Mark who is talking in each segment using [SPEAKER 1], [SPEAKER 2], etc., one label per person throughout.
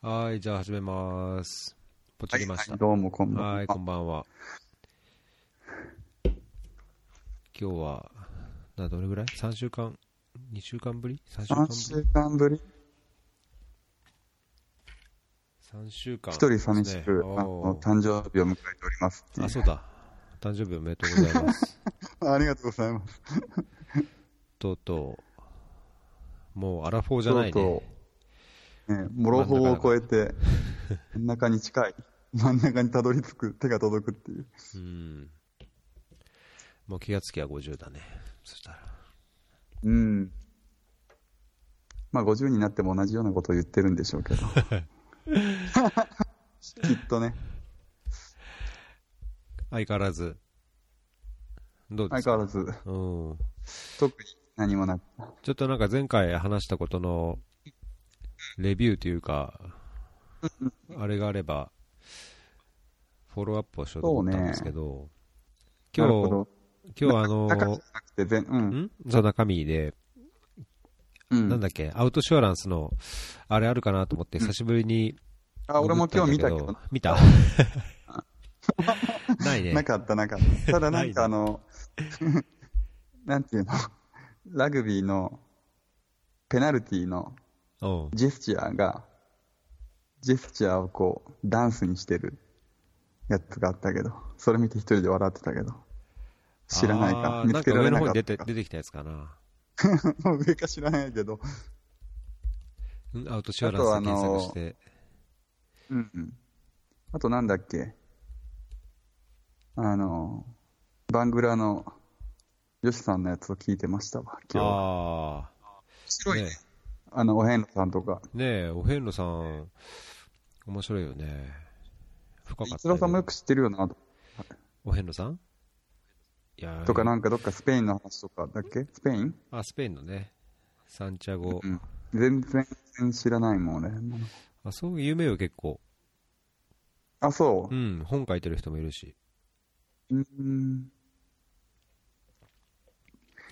[SPEAKER 1] はい、じゃあ始めます。ポチりました。
[SPEAKER 2] どうもこんばんは。
[SPEAKER 1] はい、こんばんは。今日は、な、どれぐらい ?3 週間 ?2 週間ぶり ?3 週間
[SPEAKER 2] 3
[SPEAKER 1] ぶ
[SPEAKER 2] 週間ぶり
[SPEAKER 1] り ?3 週間。
[SPEAKER 2] 一人寂しく、
[SPEAKER 1] そうですね
[SPEAKER 2] あ
[SPEAKER 1] お
[SPEAKER 2] の
[SPEAKER 1] ー
[SPEAKER 2] 誕生日を迎えておりますってい
[SPEAKER 1] あ、そうだ。誕生日おめでとうござい ます。
[SPEAKER 2] うありがとうございます。
[SPEAKER 1] とうとう、もうアラフォーじゃない
[SPEAKER 2] と
[SPEAKER 1] ね。
[SPEAKER 2] うとうね、モロホを超えて、真ん中に近い、真ん中にたどり着く、手が届くっていう。
[SPEAKER 1] うん。もう気がつきゃ50だね。そしたら。
[SPEAKER 2] うん。まあ、50になっても同じようなことを言ってるんでしょう けど。きっとね、
[SPEAKER 1] 相変わらず。どうで
[SPEAKER 2] 相
[SPEAKER 1] すか
[SPEAKER 2] 変わらず、
[SPEAKER 1] うん。
[SPEAKER 2] 特に何もなく。
[SPEAKER 1] ちょっとなんか前回話したことのレビューというか、あれがあれば、フォローアップをしようと思ったんですけど、今
[SPEAKER 2] なるほ
[SPEAKER 1] 日
[SPEAKER 2] ど、
[SPEAKER 1] 今日あの
[SPEAKER 2] 中じゃなくて、全うん。
[SPEAKER 1] んそう、中身で、
[SPEAKER 2] うん。
[SPEAKER 1] なんだっけ、アウトシュアランスの、あれあるかなと思って、久しぶりに、
[SPEAKER 2] あ、俺も今日見たけ
[SPEAKER 1] ググっ
[SPEAKER 2] ど
[SPEAKER 1] んだ、見た ないね
[SPEAKER 2] な。かった、なかった。ただなんかあ
[SPEAKER 1] な
[SPEAKER 2] の、 なんていうの、ラグビーのペナルティーの
[SPEAKER 1] うん。
[SPEAKER 2] ジェスチャーが、ジェスチャーをこう、ダンスにしてるやつがあったけど、それ見て一人で笑ってたけど、知らないか
[SPEAKER 1] あ、ー
[SPEAKER 2] 見つけられな
[SPEAKER 1] んか上の
[SPEAKER 2] か
[SPEAKER 1] 方に出
[SPEAKER 2] ってたか。
[SPEAKER 1] 出てきたやつかな。
[SPEAKER 2] も う上か知らないけど、
[SPEAKER 1] うんアウトシュアランスで検索して。
[SPEAKER 2] うんうん。あとなんだっけ、あの、バングラのヨシさんのやつを聞いてましたわ、今日。面
[SPEAKER 1] ああ
[SPEAKER 2] 白
[SPEAKER 1] ー、
[SPEAKER 2] いね
[SPEAKER 1] ね。
[SPEAKER 2] あの、お遍路さんとか、
[SPEAKER 1] ねえ、お遍路さん、面白いよね。深かっ
[SPEAKER 2] 逸
[SPEAKER 1] たよ
[SPEAKER 2] 郎
[SPEAKER 1] ね、
[SPEAKER 2] さんもよく知ってるよな、
[SPEAKER 1] お遍路さんいやー
[SPEAKER 2] とか、なんかどっかスペインの話とかだっけスペイン
[SPEAKER 1] あ、スペインのね、サンチャゴ。
[SPEAKER 2] うん。全然知らないもん、俺。
[SPEAKER 1] あ、そういう有名よ、結構。
[SPEAKER 2] あ、そうう。
[SPEAKER 1] ん、本書いてる人もいるし。
[SPEAKER 2] うーん。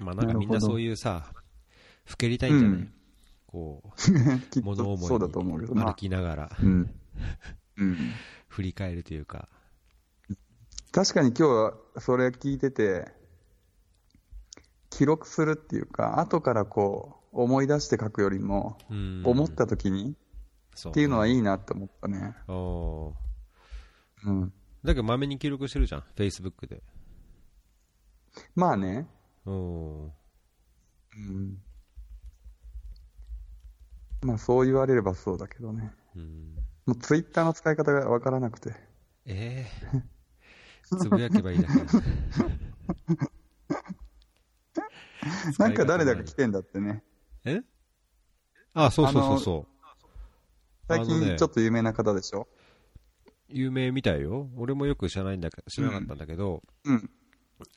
[SPEAKER 1] まあ、なんかみんな
[SPEAKER 2] なるほど
[SPEAKER 1] そういうさ、ふけりたいんじゃない、
[SPEAKER 2] うん
[SPEAKER 1] こう、
[SPEAKER 2] きっ
[SPEAKER 1] 物
[SPEAKER 2] と
[SPEAKER 1] 思
[SPEAKER 2] そうだと思う
[SPEAKER 1] い
[SPEAKER 2] け
[SPEAKER 1] に
[SPEAKER 2] ど、ま
[SPEAKER 1] 歩
[SPEAKER 2] あ、
[SPEAKER 1] きながら、
[SPEAKER 2] うん。うん。
[SPEAKER 1] 振り返るというか。
[SPEAKER 2] 確かに今日はそれ聞いてて、記録するっていうか、後からこう、思い出して書くよりも、
[SPEAKER 1] うん。
[SPEAKER 2] 思った時に
[SPEAKER 1] そ
[SPEAKER 2] っていうのはいいなって思ったね。
[SPEAKER 1] おー
[SPEAKER 2] うん。
[SPEAKER 1] だけど、まめに記録してるじゃん、Facebook で。
[SPEAKER 2] まあね、
[SPEAKER 1] おー
[SPEAKER 2] うん。まあそう言われればそうだけどね。
[SPEAKER 1] うん。
[SPEAKER 2] もうツイッターの使い方がわからなくて。
[SPEAKER 1] ええつぶやけばいいだけだ
[SPEAKER 2] なんか誰だか来てんだってね。
[SPEAKER 1] えあそうそうそうそう
[SPEAKER 2] 最
[SPEAKER 1] あの
[SPEAKER 2] 近
[SPEAKER 1] ね
[SPEAKER 2] ちょっと有名な方でしょ、
[SPEAKER 1] 有名みたいよ俺もよく知らないんだけ知らなかったんだけど、
[SPEAKER 2] うん。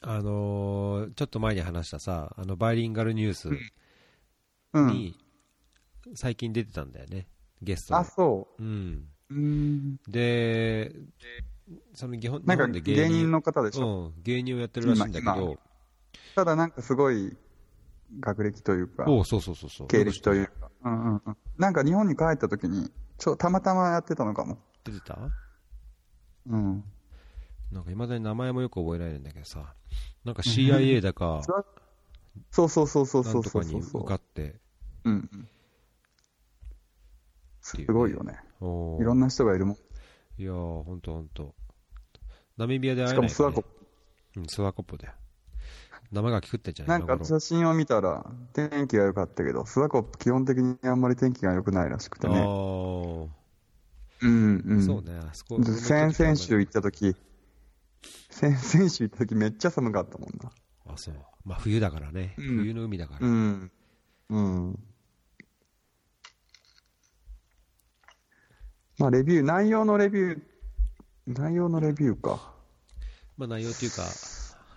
[SPEAKER 1] あのーちょっと前に話したさあのバイリンガルニュース
[SPEAKER 2] うん。
[SPEAKER 1] に最近出てたんだよねゲストで
[SPEAKER 2] あ、そ
[SPEAKER 1] うん
[SPEAKER 2] う。うん。
[SPEAKER 1] でその日本
[SPEAKER 2] な
[SPEAKER 1] 日
[SPEAKER 2] んか
[SPEAKER 1] 本で
[SPEAKER 2] 芸人の方でし
[SPEAKER 1] う
[SPEAKER 2] ょ、
[SPEAKER 1] ん、芸人をやってるらしいんだけ
[SPEAKER 2] 今
[SPEAKER 1] ど
[SPEAKER 2] ただなんかすごい学歴というか、
[SPEAKER 1] おうそうそうそうそう
[SPEAKER 2] 経歴というか。うんうんうん。なんか日本に帰った時に、ちょ、たまたまやってたのかも。
[SPEAKER 1] 出てた
[SPEAKER 2] うん。
[SPEAKER 1] なんかいまだに名前もよく覚えられないんだけどさなんか CIA だ か
[SPEAKER 2] そうそうそうそう
[SPEAKER 1] な
[SPEAKER 2] そ
[SPEAKER 1] ん
[SPEAKER 2] う
[SPEAKER 1] と
[SPEAKER 2] そ
[SPEAKER 1] か
[SPEAKER 2] う
[SPEAKER 1] に
[SPEAKER 2] そう
[SPEAKER 1] 受かって
[SPEAKER 2] うんうん。すごいよね。
[SPEAKER 1] おー
[SPEAKER 2] いろんな人がいるもん。
[SPEAKER 1] いやー、ほんとほんと。ナミビアで会
[SPEAKER 2] し
[SPEAKER 1] え
[SPEAKER 2] か
[SPEAKER 1] な
[SPEAKER 2] も
[SPEAKER 1] い
[SPEAKER 2] スワコ、
[SPEAKER 1] うん、スワコッポだよ。生がき食ってんじゃな
[SPEAKER 2] ないんか
[SPEAKER 1] 今頃
[SPEAKER 2] 写真を見たら天気が良かったけど、スワコップ基本的にあんまり天気が良くないらしくて
[SPEAKER 1] あ
[SPEAKER 2] ね。
[SPEAKER 1] ー、
[SPEAKER 2] うんうん。
[SPEAKER 1] そうね、あそこ。
[SPEAKER 2] で先々週行った時、先々週行った時めっちゃ寒かったもんな。
[SPEAKER 1] あ、そう。まあ冬だからね。
[SPEAKER 2] うん
[SPEAKER 1] 冬の海だから。
[SPEAKER 2] うん。うん。まあレビュー、内容のレビュー、内容のレビューか。
[SPEAKER 1] まあ内容というか、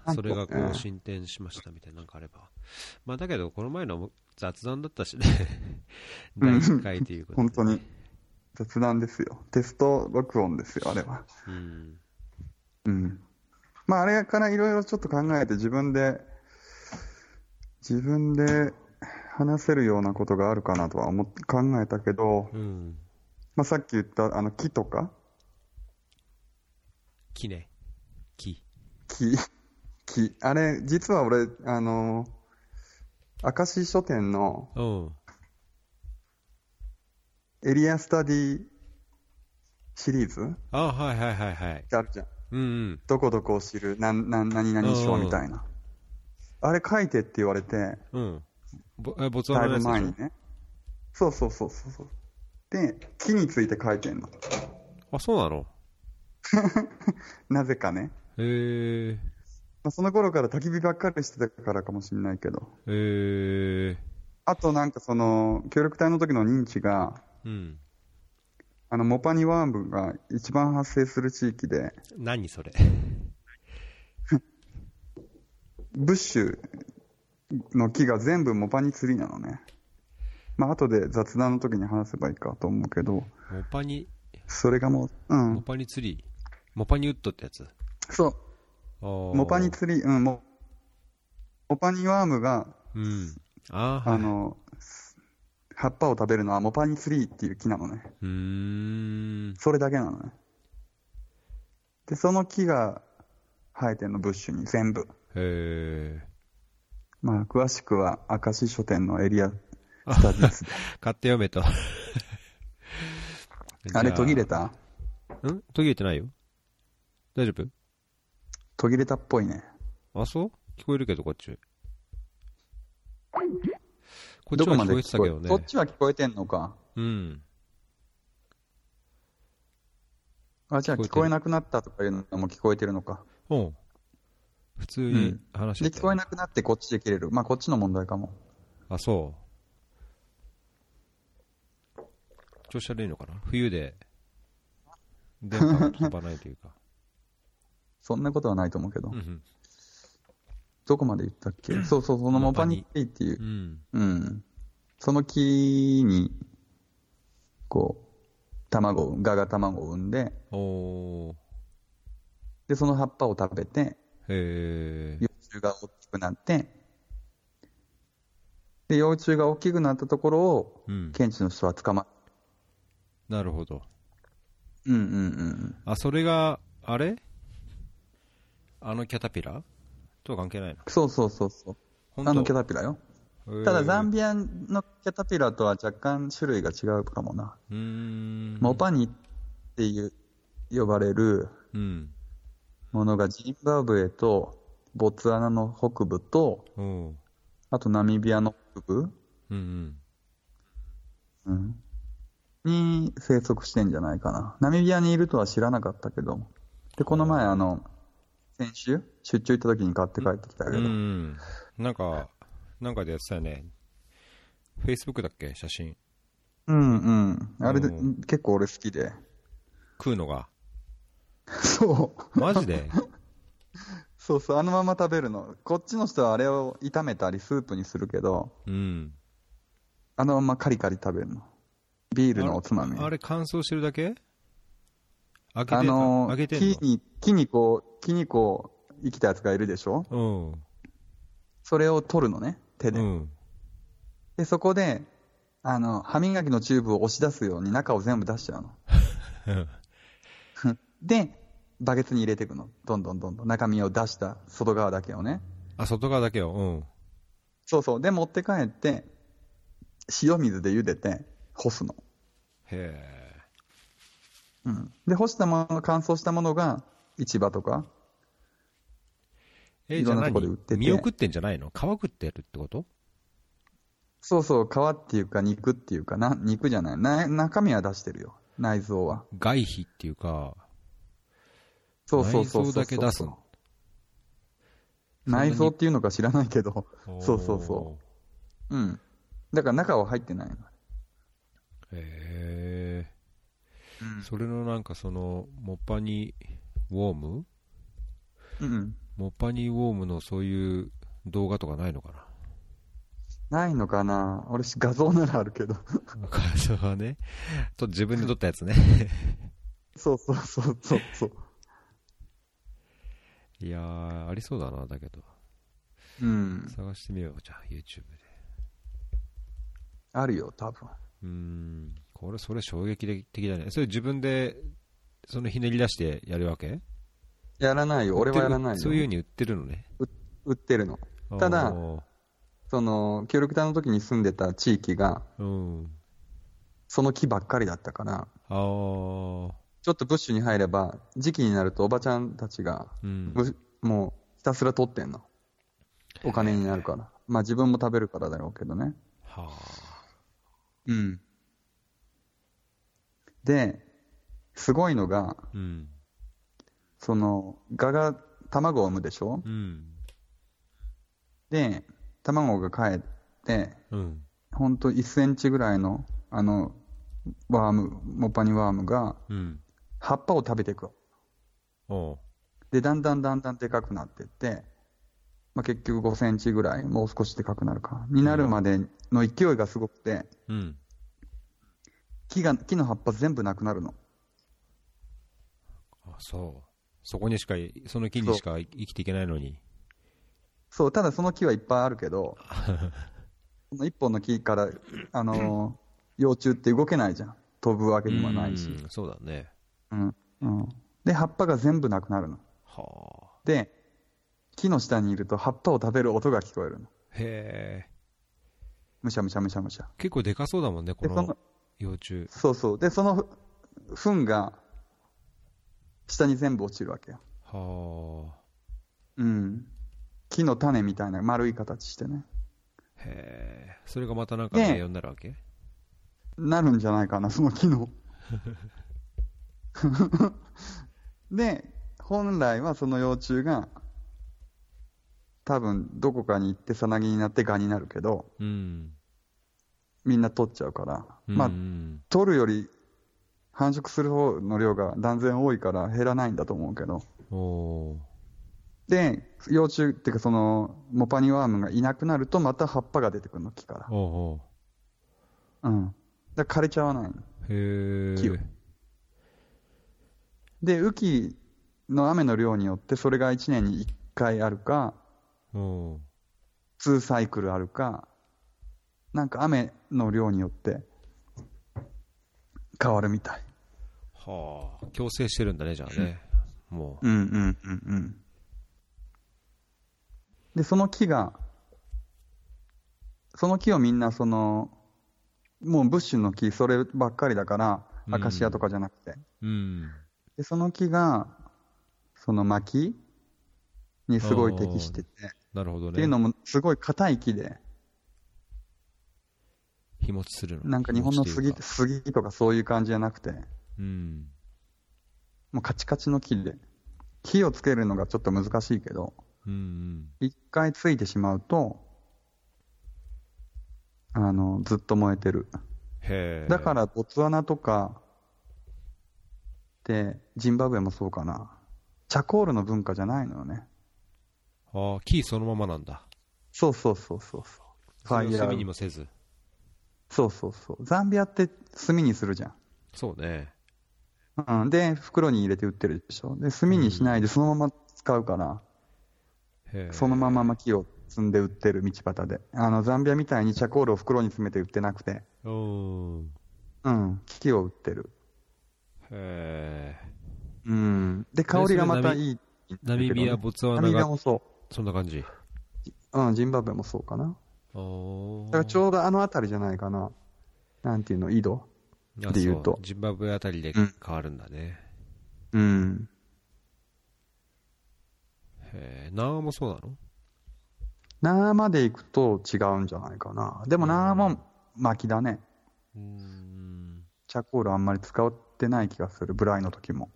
[SPEAKER 2] なん
[SPEAKER 1] そ
[SPEAKER 2] と
[SPEAKER 1] れがこ
[SPEAKER 2] う
[SPEAKER 1] うん進展しましたみたいな、なんかあれば。まあだけど、この前のも雑談だったしね。 第1回ということで。
[SPEAKER 2] 本当に雑談ですよ。テスト録音ですよ、あれは。
[SPEAKER 1] うん。
[SPEAKER 2] うん。まあ、あれからいろいろちょっと考えて自分で、自分で話せるようなことがあるかなとは思っ考えたけど、
[SPEAKER 1] うん。
[SPEAKER 2] まあ、さっき言ったあの木とか
[SPEAKER 1] 木ね。木。
[SPEAKER 2] 木、木。あれ、実は俺、あのー、明石書店の
[SPEAKER 1] うん。
[SPEAKER 2] エリアスタディシリーズっ
[SPEAKER 1] あはいはいはいはい。
[SPEAKER 2] てあるじゃん。
[SPEAKER 1] うんうん。
[SPEAKER 2] どこどこを知る、なん、なん、何々賞みたいな。あれ書いてって言われて、
[SPEAKER 1] うん。ぼえボツワナのや
[SPEAKER 2] だいぶ
[SPEAKER 1] つで
[SPEAKER 2] 前
[SPEAKER 1] し
[SPEAKER 2] にね。そうそうそうそうそう。で、木について書いてんの。
[SPEAKER 1] ょあ、そうなの
[SPEAKER 2] なぜかね。
[SPEAKER 1] へえ。
[SPEAKER 2] まあ、その頃から焚き火ばっかりしてたからかもしれないけど。
[SPEAKER 1] へえ。
[SPEAKER 2] あとなんかその、協力隊の時の認知が、
[SPEAKER 1] うん。
[SPEAKER 2] あの、モパニワームが一番発生する地域で、
[SPEAKER 1] 何それ。
[SPEAKER 2] ブッシュの木が全部モパニツリーなのね。まあ、後で雑談の時に話せばいいかと思うけど、
[SPEAKER 1] モパニ、
[SPEAKER 2] それがもう、う
[SPEAKER 1] モ
[SPEAKER 2] ん、
[SPEAKER 1] パニツリー。モパニウッドってやつ。
[SPEAKER 2] そう、モ
[SPEAKER 1] モ
[SPEAKER 2] パニツリー、うん、モモパニワームが、
[SPEAKER 1] うん。あー
[SPEAKER 2] あ
[SPEAKER 1] はい。
[SPEAKER 2] の、葉っぱを食べるのはモパニツリーっていう木なのね。
[SPEAKER 1] うーん。
[SPEAKER 2] それだけなのね。で、その木が生えてんの、ブッシュに全部。
[SPEAKER 1] へえ。
[SPEAKER 2] まあ、詳しくは、明石書店のエリアスタデ ィスで。
[SPEAKER 1] 買って読めと。
[SPEAKER 2] あれ、途切れ
[SPEAKER 1] た
[SPEAKER 2] た
[SPEAKER 1] ん途切れてないよ。大丈
[SPEAKER 2] 途切れたっぽいね。
[SPEAKER 1] 夫あ、そう聞こえるけど、こっち。こっち
[SPEAKER 2] どこ
[SPEAKER 1] は
[SPEAKER 2] ま
[SPEAKER 1] 聞
[SPEAKER 2] で
[SPEAKER 1] こえてたけど
[SPEAKER 2] こ
[SPEAKER 1] ね
[SPEAKER 2] っ。ちは聞こえてんのか。
[SPEAKER 1] うん。
[SPEAKER 2] あ、じゃあ
[SPEAKER 1] 聞こえてる
[SPEAKER 2] 聞こえなくなったとかいうのも聞こえてるのか。
[SPEAKER 1] うん。普通
[SPEAKER 2] う
[SPEAKER 1] に
[SPEAKER 2] ん
[SPEAKER 1] 話して
[SPEAKER 2] で、
[SPEAKER 1] た
[SPEAKER 2] 聞
[SPEAKER 1] よ
[SPEAKER 2] こえなくなってこっちで切れる。まあ、こっちの問題かも。
[SPEAKER 1] あ、そう。調子悪いのかな冬で、電波が飛ばないという か。
[SPEAKER 2] そんなことはないと思うけ
[SPEAKER 1] う
[SPEAKER 2] ど。
[SPEAKER 1] んうん。
[SPEAKER 2] どこまで言ったっけそうそう、そのモパニティっていう
[SPEAKER 1] う。ん。
[SPEAKER 2] うん。その木に、こう、卵を、ガが卵を産んで、
[SPEAKER 1] おー。
[SPEAKER 2] で、その葉っぱを食べて、
[SPEAKER 1] へえ。
[SPEAKER 2] 幼虫が大きくなって、で、幼虫が大きくなったところを、
[SPEAKER 1] うん。
[SPEAKER 2] 検知の人は捕ま
[SPEAKER 1] なるほど。
[SPEAKER 2] うんうんうん。
[SPEAKER 1] あ、それが、あれあのキャタピラーとは関係ないの
[SPEAKER 2] そうそうそうそう。
[SPEAKER 1] 本当
[SPEAKER 2] あのキャタピラよ。
[SPEAKER 1] た
[SPEAKER 2] ただ、ザンビアのキャタピラとは若干種類が違うかもな。
[SPEAKER 1] うーん。
[SPEAKER 2] モパニっていう、呼ばれる
[SPEAKER 1] うん。
[SPEAKER 2] ものがジンバブエと、ボツワナの北部と、
[SPEAKER 1] おう
[SPEAKER 2] あとナミビアの北部、
[SPEAKER 1] うんうん。
[SPEAKER 2] うん、に生息してんじゃないかな。ナミビアにいるとは知らなかったけど。で、この前、あの、先週、出張行った時に買って帰ってきたけ
[SPEAKER 1] う
[SPEAKER 2] ど、
[SPEAKER 1] ん。なんか、なんかでやってたよね。Facebook だっけ写真。
[SPEAKER 2] うんうん。あれで、
[SPEAKER 1] うん
[SPEAKER 2] 結構俺好きで。
[SPEAKER 1] 食うのが。
[SPEAKER 2] そう。
[SPEAKER 1] マジ で
[SPEAKER 2] そうそう、あのまま食べるの。こっちの人はあれを炒めたりスープにするけど、
[SPEAKER 1] うん。
[SPEAKER 2] あのままカリカリ食べるの。ビールのおつまみ。
[SPEAKER 1] あれ乾燥してるだけ開けて、
[SPEAKER 2] あの
[SPEAKER 1] 開けてん
[SPEAKER 2] 木に、木にこう、木にこう、生きたやつがいるでしょ
[SPEAKER 1] の
[SPEAKER 2] それを取るのね、
[SPEAKER 1] う
[SPEAKER 2] 手
[SPEAKER 1] ん。
[SPEAKER 2] で。
[SPEAKER 1] うん。
[SPEAKER 2] で、そこで、あの、歯磨きのチューブを押し出すように中を全部出しちゃ うの。で、バケツに入れていくの。どんどんどんどん中身を出した外側だけをね。
[SPEAKER 1] あ、外側だけよ。うん。
[SPEAKER 2] そうそう。で、持って帰って、塩水で茹でて、干すの。
[SPEAKER 1] へ
[SPEAKER 2] うん。で、干したもの、乾燥したものが、市場とか、
[SPEAKER 1] え。え、
[SPEAKER 2] い
[SPEAKER 1] じゃ
[SPEAKER 2] ろん
[SPEAKER 1] あ
[SPEAKER 2] なとこで売
[SPEAKER 1] 何
[SPEAKER 2] ってて
[SPEAKER 1] 身を食ってんじゃないの皮食ってやるってこと
[SPEAKER 2] そうそう、皮っていうか肉っていうかな、肉じゃない。な中身は出してるよ。内臓は。
[SPEAKER 1] 外皮っていうか、
[SPEAKER 2] そうそうそうそうそう。
[SPEAKER 1] 内臓だけ出すの
[SPEAKER 2] 内臓っていうのか知らないけど。そうそう
[SPEAKER 1] お
[SPEAKER 2] そ
[SPEAKER 1] ー
[SPEAKER 2] う。うん。だから中は入ってないの。
[SPEAKER 1] へえ、それのなんかそのモッパニウォーム
[SPEAKER 2] うんうん。
[SPEAKER 1] モッパニウォームのそういう動画とかないの か
[SPEAKER 2] ないのかな俺画像ならあるけど。
[SPEAKER 1] なそれはねと自分で撮ったやつね
[SPEAKER 2] そうそうそうそうそう。
[SPEAKER 1] いやーありそうだなだけど
[SPEAKER 2] うん。
[SPEAKER 1] 探してみようじゃあ YouTube で
[SPEAKER 2] あるよ、多分。
[SPEAKER 1] うーんこれ、それ衝撃的だね。それ自分で、そのひねり出してやるわけ
[SPEAKER 2] やらないよ、俺はやらないよ。
[SPEAKER 1] そういうふうに売ってるのね。
[SPEAKER 2] 売ってるの。ただ、その、協力隊の時に住んでた地域が、
[SPEAKER 1] うん。
[SPEAKER 2] その木ばっかりだったから、
[SPEAKER 1] ああ、
[SPEAKER 2] ちょっとブッシュに入れば、時期になるとおばちゃんたちが、
[SPEAKER 1] うん。
[SPEAKER 2] ブッもうひたすら取ってんの。お金になるから。まあ自分も食べるからだろうけどね。
[SPEAKER 1] は
[SPEAKER 2] うん。で、すごいのが、
[SPEAKER 1] あ。うん。
[SPEAKER 2] その、ガが卵を産むでしょ
[SPEAKER 1] うん。
[SPEAKER 2] で、卵がかえって、
[SPEAKER 1] うん。
[SPEAKER 2] ほんと1センチぐらいの、あの、ワーム、モッパニワームが、
[SPEAKER 1] うん。
[SPEAKER 2] 葉っぱを食べていく。
[SPEAKER 1] おう
[SPEAKER 2] で、だんだんだんだんでかくなってって、まあ、結局5センチぐらい、もう少しでかくなるか、になるまでの勢いがすごくて、
[SPEAKER 1] うん。
[SPEAKER 2] 木が、木の葉っぱ全部なくなるの。
[SPEAKER 1] あ、そう。そこにしかい、その木にしか生きていけないのに。
[SPEAKER 2] そう、ただその木はいっぱいあるけ ど、その一本の木から、あの ー幼虫って動けないじゃん。飛ぶわけにもないし。
[SPEAKER 1] うんそうだね。
[SPEAKER 2] うん。うん。で、葉っぱが全部なくなるの。
[SPEAKER 1] はあ。
[SPEAKER 2] で、木の下にいると葉っぱを食べる音が聞こえるの。
[SPEAKER 1] へえ。
[SPEAKER 2] むしゃむしゃむしゃむしゃ。
[SPEAKER 1] 結構でかそうだもんね、こ
[SPEAKER 2] で、その
[SPEAKER 1] の、幼虫。
[SPEAKER 2] そうそう。で、そのふ糞が、下に全部落ちるわけよ。
[SPEAKER 1] は
[SPEAKER 2] うん。木の種みたいな丸い形してね。
[SPEAKER 1] あ。へえ。それがまたなんか
[SPEAKER 2] ねえ
[SPEAKER 1] 栄養になるわけ
[SPEAKER 2] なるんじゃないかな、その機能。で、本来はその幼虫が、多分どこかに行ってさなぎになってガになるけど、
[SPEAKER 1] うん。
[SPEAKER 2] みんな取っちゃうから、
[SPEAKER 1] うん
[SPEAKER 2] まあ
[SPEAKER 1] う、ん
[SPEAKER 2] 取るより繁殖する方の量が断然多いから減らないんだと思うけど、
[SPEAKER 1] おー
[SPEAKER 2] で、幼虫っていうか、そのモパニワームがいなくなると、また葉っぱが出てくるの、木か
[SPEAKER 1] おうお
[SPEAKER 2] ら。うん。だから枯れちゃわないの。
[SPEAKER 1] うへ
[SPEAKER 2] 木を
[SPEAKER 1] え。
[SPEAKER 2] で、雨季の雨の量によって、それが1年に1回あるか、
[SPEAKER 1] おう
[SPEAKER 2] 2サイクルあるか、なんか雨の量によって変わるみたい。
[SPEAKER 1] はあ。強制してるんだね、じゃあね。もう。
[SPEAKER 2] うんうんうんうん。で、その木が、その木をみんな、その、もうブッシュの木、そればっかりだから、
[SPEAKER 1] うん
[SPEAKER 2] アカシアとかじゃなくて。
[SPEAKER 1] うん。
[SPEAKER 2] で、その木が、その薪にすごい適してて、
[SPEAKER 1] なるほど
[SPEAKER 2] ってい
[SPEAKER 1] ね
[SPEAKER 2] うの。もすごい硬い木で、
[SPEAKER 1] 日持ちするの。
[SPEAKER 2] なんか日本の
[SPEAKER 1] 日持
[SPEAKER 2] 杉
[SPEAKER 1] ちというか
[SPEAKER 2] 杉とかそういう感じじゃなくて、
[SPEAKER 1] うん。
[SPEAKER 2] もうカチカチの木で、火をつけるのがちょっと難しいけど、
[SPEAKER 1] うんうん。
[SPEAKER 2] 一回ついてしまうと、あの、ずっと燃えてる。
[SPEAKER 1] へえ。
[SPEAKER 2] だから、ボツワナとか、で、ジンバブエもそうかな。チャコールの文化じゃないのよね。
[SPEAKER 1] ああ、木そのままなんだ。
[SPEAKER 2] そうそうそうそうそう。フ
[SPEAKER 1] そ
[SPEAKER 2] ァ
[SPEAKER 1] れを
[SPEAKER 2] イヤ
[SPEAKER 1] 炭に
[SPEAKER 2] ー。
[SPEAKER 1] もせず。
[SPEAKER 2] そうそうそう。ザンビアって炭にするじゃん。
[SPEAKER 1] そうね。
[SPEAKER 2] うん、で、袋に入れて売ってるでしょ。で、炭にしないでそのまま使うから、
[SPEAKER 1] へえ
[SPEAKER 2] そのまま薪を積んで売ってる道端で。あの、ザンビアみたいにチャコールを袋に詰めて売ってなくて、
[SPEAKER 1] うーん。
[SPEAKER 2] うん、木を売ってる。
[SPEAKER 1] へえ。
[SPEAKER 2] うん。で、香りがまたいい。
[SPEAKER 1] ナミビア、ボツワ
[SPEAKER 2] ナ
[SPEAKER 1] ナ
[SPEAKER 2] ミビア
[SPEAKER 1] が、
[SPEAKER 2] もそ
[SPEAKER 1] そんな感じ。
[SPEAKER 2] う。うん、ジンバブエもそうかな。
[SPEAKER 1] お
[SPEAKER 2] だからちょうどあの辺りじゃないかな。なんていうの、井戸。
[SPEAKER 1] で
[SPEAKER 2] で言うと
[SPEAKER 1] ジンバブエあたりで
[SPEAKER 2] うん
[SPEAKER 1] 変わるんだね。
[SPEAKER 2] うん。
[SPEAKER 1] へえ。南アもそうなの
[SPEAKER 2] ナーまで行くと違うんじゃないかな。でもナーも薪だね。
[SPEAKER 1] うーん。
[SPEAKER 2] チャコールあんまり使ってない気がする。ブライの時も。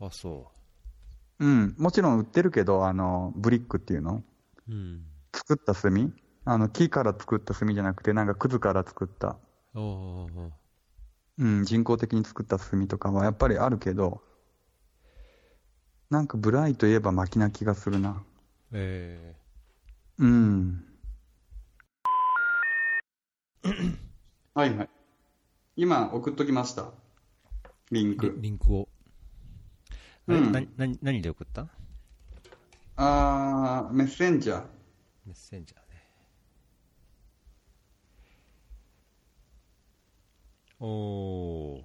[SPEAKER 1] あ、そ
[SPEAKER 2] うん、もちろん売ってるけど、あの、ブリックっていうの
[SPEAKER 1] う。うん。
[SPEAKER 2] 作った炭あの、木から作った炭じゃなくて、なんかくずから作った、
[SPEAKER 1] おおー。
[SPEAKER 2] うん、人工的に作った炭とかはやっぱりあるけど、なんかブライといえば薪な気がするな。
[SPEAKER 1] え
[SPEAKER 2] うん。はいはい。今送っときました。リン
[SPEAKER 1] え。リ。リンクを。
[SPEAKER 2] うん
[SPEAKER 1] な、な、何で送った
[SPEAKER 2] あー、メッセンジャー。
[SPEAKER 1] メッセンジャーね。おお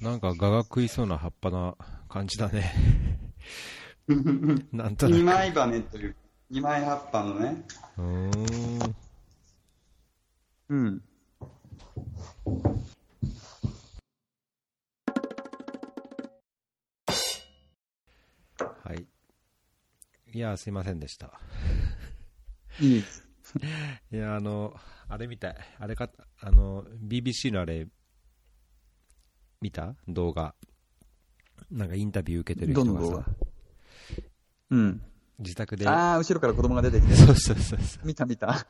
[SPEAKER 1] なんか蛾が食いそうな葉っぱな感じだね なんとなく
[SPEAKER 3] 二枚羽という、二枚葉っぱのね。
[SPEAKER 1] うーん
[SPEAKER 2] うん。
[SPEAKER 1] はいいやーすいませんでした
[SPEAKER 2] いい。
[SPEAKER 1] いやあのあれみたいあれかあの BBC のあれ見た動画なんかインタビュー受けてる人が
[SPEAKER 2] どの動
[SPEAKER 1] さ
[SPEAKER 2] 画うん。
[SPEAKER 1] 自宅で
[SPEAKER 2] ああ、後ろから子供が出てきて。
[SPEAKER 1] そうそうそうそう
[SPEAKER 2] 見た見た。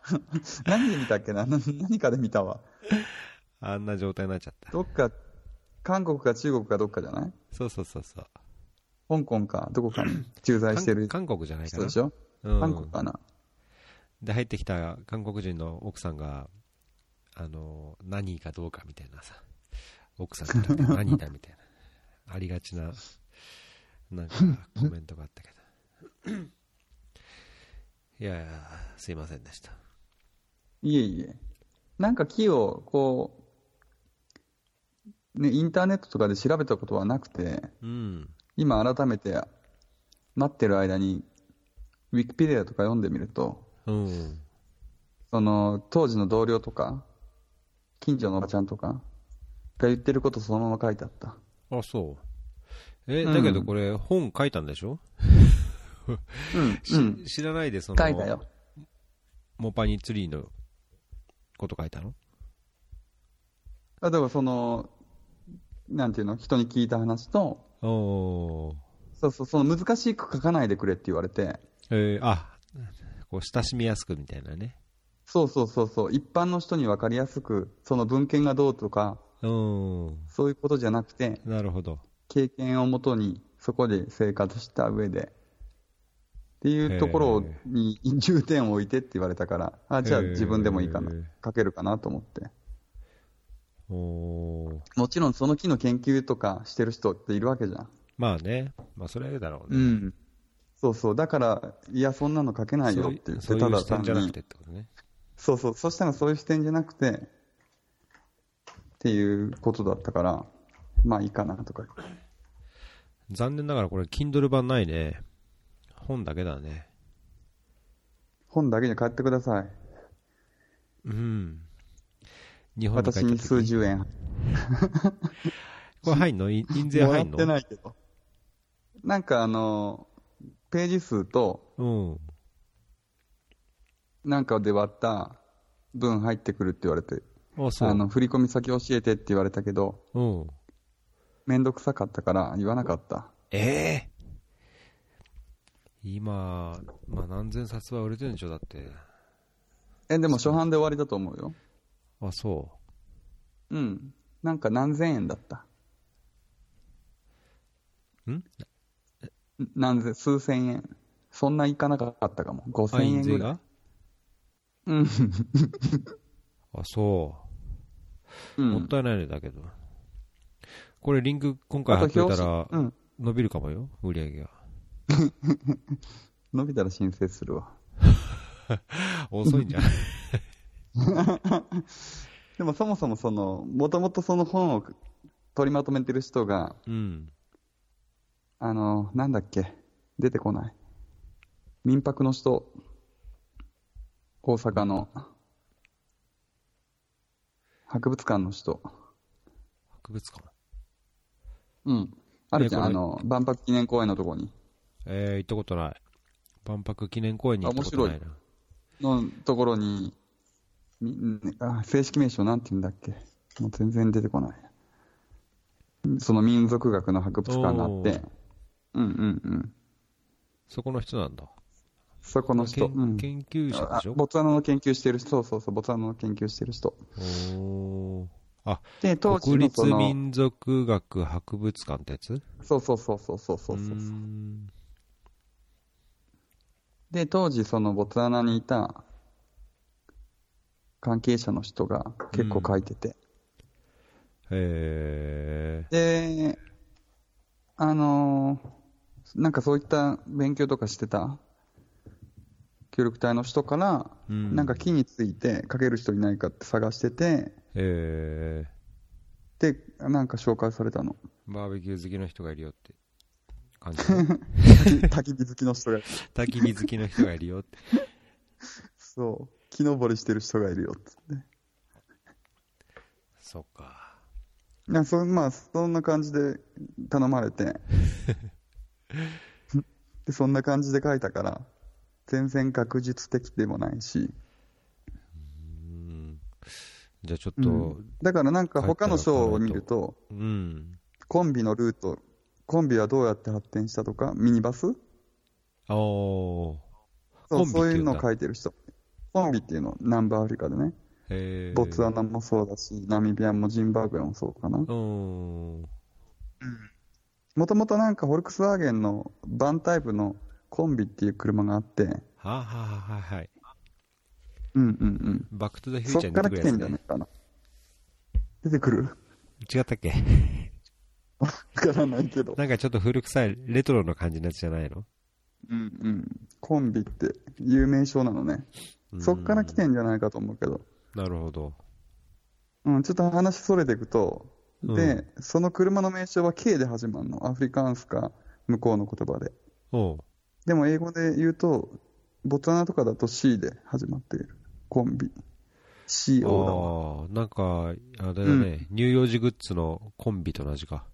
[SPEAKER 2] 何で見たっけなな何かで見たわ。
[SPEAKER 1] あんな状態になっちゃった
[SPEAKER 2] どっか、韓国か中国かどっかじゃない
[SPEAKER 1] そうそうそうそう
[SPEAKER 2] 香港か、どこかに駐在してる
[SPEAKER 1] 韓韓国じゃないか
[SPEAKER 2] 人
[SPEAKER 1] な
[SPEAKER 2] でしょ
[SPEAKER 1] うん
[SPEAKER 2] 韓国かな。
[SPEAKER 1] で入ってきた韓国人の奥さんがあの何かどうかみたいなさ奥さんから 何だみたいなありがちななん かコメントがあったけどいやいやすいませんでした
[SPEAKER 2] いえいえ。なんか木を、こう、ね、インターネットとかで調べたことはなくて、
[SPEAKER 1] うん
[SPEAKER 2] 今改めて待ってる間に、ウィキペディアとか読んでみると、
[SPEAKER 1] うん
[SPEAKER 2] その当時の同僚とか、近所のおばちゃんとかが言ってることそのまま書いてあった。
[SPEAKER 1] あそうえ
[SPEAKER 2] うん
[SPEAKER 1] だけどこれ本書いたんでしょ、
[SPEAKER 2] うん、
[SPEAKER 1] し
[SPEAKER 2] うん、
[SPEAKER 1] 知らないでそ
[SPEAKER 2] 書いたよ
[SPEAKER 1] の。モパニツリーのこと書いたの
[SPEAKER 2] あだからその、なんていうの、人に聞いた話と、
[SPEAKER 1] おー
[SPEAKER 2] そうそう、その難しく書かないでくれって言われて、
[SPEAKER 1] えーあこう親しみやすくみたいなね
[SPEAKER 2] そうそうそうそう、一般の人に分かりやすく、その文献がどうとか、
[SPEAKER 1] うん
[SPEAKER 2] そういうことじゃなくて、
[SPEAKER 1] なるほど
[SPEAKER 2] 経験をもとに、そこで生活した上で、っていうところに重点を置いてって言われたから、あじゃあ自分でもいいかな
[SPEAKER 1] へー、
[SPEAKER 2] 書けるかなと思って。
[SPEAKER 1] おー
[SPEAKER 2] もちろんその木の研究とかしてる人っているわけじゃん。
[SPEAKER 1] まあねまあそれだろう
[SPEAKER 2] う
[SPEAKER 1] ね、
[SPEAKER 2] ん。そうそう。だから、いや、そんなの書けないよ
[SPEAKER 1] そう
[SPEAKER 2] っ
[SPEAKER 1] い
[SPEAKER 2] て言っ
[SPEAKER 1] そ
[SPEAKER 2] て、
[SPEAKER 1] うい
[SPEAKER 2] た
[SPEAKER 1] う
[SPEAKER 2] だ
[SPEAKER 1] 視点
[SPEAKER 2] 単
[SPEAKER 1] じゃなく
[SPEAKER 2] に
[SPEAKER 1] てっ。てことね
[SPEAKER 2] そうそう。そしたらそういう視点じゃなくて、っていうことだったから、まあいいかなとか。
[SPEAKER 1] 残念ながらこれ Kindle 版ないね本だけだね
[SPEAKER 2] 本だけに買ってください。
[SPEAKER 1] うん日本に帰
[SPEAKER 2] 私
[SPEAKER 1] っ
[SPEAKER 2] に
[SPEAKER 1] た時
[SPEAKER 2] 数十円。
[SPEAKER 1] これ入んのい印税
[SPEAKER 2] もら
[SPEAKER 1] 入
[SPEAKER 2] っ
[SPEAKER 1] んの
[SPEAKER 2] てないけど。なんかあの、ページ数と
[SPEAKER 1] うん
[SPEAKER 2] なんかで割った分入ってくるって言われて、
[SPEAKER 1] あそう
[SPEAKER 2] あの、振り込み先教えてって言われたけど、
[SPEAKER 1] うん
[SPEAKER 2] めんどくさかったから言わなかった。
[SPEAKER 1] ええ今、まあ、何千冊は売れてるんでしょだって
[SPEAKER 2] え、でも初版で終わりだと思うよ。
[SPEAKER 1] あそ
[SPEAKER 2] うん。なんか何千円だった。
[SPEAKER 1] ううん
[SPEAKER 2] 何千、数千円。そんないかなかったかも。五
[SPEAKER 1] あ
[SPEAKER 2] 千円
[SPEAKER 1] 印税
[SPEAKER 2] ぐらい。
[SPEAKER 1] が
[SPEAKER 2] うん。
[SPEAKER 1] あそう
[SPEAKER 2] う
[SPEAKER 1] もっ
[SPEAKER 2] ん。
[SPEAKER 1] たいないねだけど。これリンク今回
[SPEAKER 2] あ
[SPEAKER 1] 貼っ
[SPEAKER 2] と
[SPEAKER 1] とい
[SPEAKER 2] 表
[SPEAKER 1] たら
[SPEAKER 2] 紙、うん。
[SPEAKER 1] 伸びるかもよ、売り上げが。
[SPEAKER 2] 伸びたら申請するわ。
[SPEAKER 1] 遅いんじゃない
[SPEAKER 2] でもそもそもその、もともとその本を取りまとめてる人が、
[SPEAKER 1] うん。
[SPEAKER 2] あの、なんだっけ、出てこない。民泊の人、大阪の、博物館の人、
[SPEAKER 1] 博物館。
[SPEAKER 2] うん。あるじゃん、
[SPEAKER 1] ね
[SPEAKER 2] あ
[SPEAKER 1] これ
[SPEAKER 2] の、万博記念公園のとこに。
[SPEAKER 1] えー、行ったことない。万博記念公園に行ったことないな。
[SPEAKER 2] のところに、みんあ正式名称なんて言うんだっけもう全然出てこない。その民族学の博物館があっ
[SPEAKER 1] お
[SPEAKER 2] て
[SPEAKER 1] ー、
[SPEAKER 2] うんうんうん。
[SPEAKER 1] そこの人なんだ。
[SPEAKER 2] そこの人、
[SPEAKER 1] 研
[SPEAKER 2] うん。
[SPEAKER 1] 研究者で
[SPEAKER 2] あ
[SPEAKER 1] しょ
[SPEAKER 2] ボツワナの研究してる人、そうそうそう、ボツワナの研究してる人。
[SPEAKER 1] おーあ、
[SPEAKER 2] で、当時
[SPEAKER 1] 国
[SPEAKER 2] の
[SPEAKER 1] 立
[SPEAKER 2] その、
[SPEAKER 1] 民族学博物館ってやつ
[SPEAKER 2] そうそうそうそうそうそうう
[SPEAKER 1] ー。
[SPEAKER 2] そうんで、当時そのボツワナにいた関係者の人が結構書いてて、
[SPEAKER 1] え
[SPEAKER 2] で、あのーなんかそういった勉強とかしてた協力隊の人から、
[SPEAKER 1] うん
[SPEAKER 2] なんか木について書ける人いないかって探してて、
[SPEAKER 1] えー、
[SPEAKER 2] で、なんか紹介されたの。
[SPEAKER 1] バーベキュー好きの人がいるよって感 じ。
[SPEAKER 2] 焚き火好きの人が。
[SPEAKER 1] 焚き火好きの人がいるよ って。
[SPEAKER 2] そう。木登りしてる人がいるよっつって。
[SPEAKER 1] そっか。
[SPEAKER 2] なそまあ、そんな感じで頼まれて で、そんな感じで書いたから、全然学術的でもないし、
[SPEAKER 1] うん。じゃあちょっ
[SPEAKER 2] う
[SPEAKER 1] と、
[SPEAKER 2] んだからなんか他の章を見ると、
[SPEAKER 1] うん。
[SPEAKER 2] コンビのルート、コンビはどうやって発展したとか、ミニバス
[SPEAKER 1] ああ。そ
[SPEAKER 2] そうそういうのを書
[SPEAKER 1] い
[SPEAKER 2] いてる人。コンビっていうの、南部アフリカでね、
[SPEAKER 1] えー、
[SPEAKER 2] ボツワナもそうだし、ナミビアもジンバブエもそうかな。
[SPEAKER 1] うん。
[SPEAKER 2] もともとなんかホルクスワーゲンのバンタイプのコンビっていう車があって、
[SPEAKER 1] はあ、はあはいはい。
[SPEAKER 2] うんうんうん。
[SPEAKER 1] バックトゥザフュ
[SPEAKER 2] そ
[SPEAKER 1] ー
[SPEAKER 2] っ
[SPEAKER 1] チャーに
[SPEAKER 2] か
[SPEAKER 1] 出て
[SPEAKER 2] ら来
[SPEAKER 1] く
[SPEAKER 2] て
[SPEAKER 1] る
[SPEAKER 2] ん
[SPEAKER 1] や
[SPEAKER 2] じ
[SPEAKER 1] つ
[SPEAKER 2] ゃ
[SPEAKER 1] ね
[SPEAKER 2] ない。かな。出てくる
[SPEAKER 1] 違ったっ け
[SPEAKER 2] わからないけど。
[SPEAKER 1] なんかちょっと古臭いレトロの感じのやつじゃないの
[SPEAKER 2] うんうん。コンビって有名称なのね。そっから来てんじゃないかと思うけど。
[SPEAKER 1] うんなるほど。
[SPEAKER 2] うん、ちょっと話それていくと、で、
[SPEAKER 1] うん
[SPEAKER 2] その車の名称は K で始まるの。アフリカンスか、向こうの言葉で。
[SPEAKER 1] おう。
[SPEAKER 2] でも英語で言うと、ボツワナとかだと C で始まっている。コンビ。CO だわ。
[SPEAKER 1] ああ、なんか、あれだね、乳幼児グッズのコンビと同じか。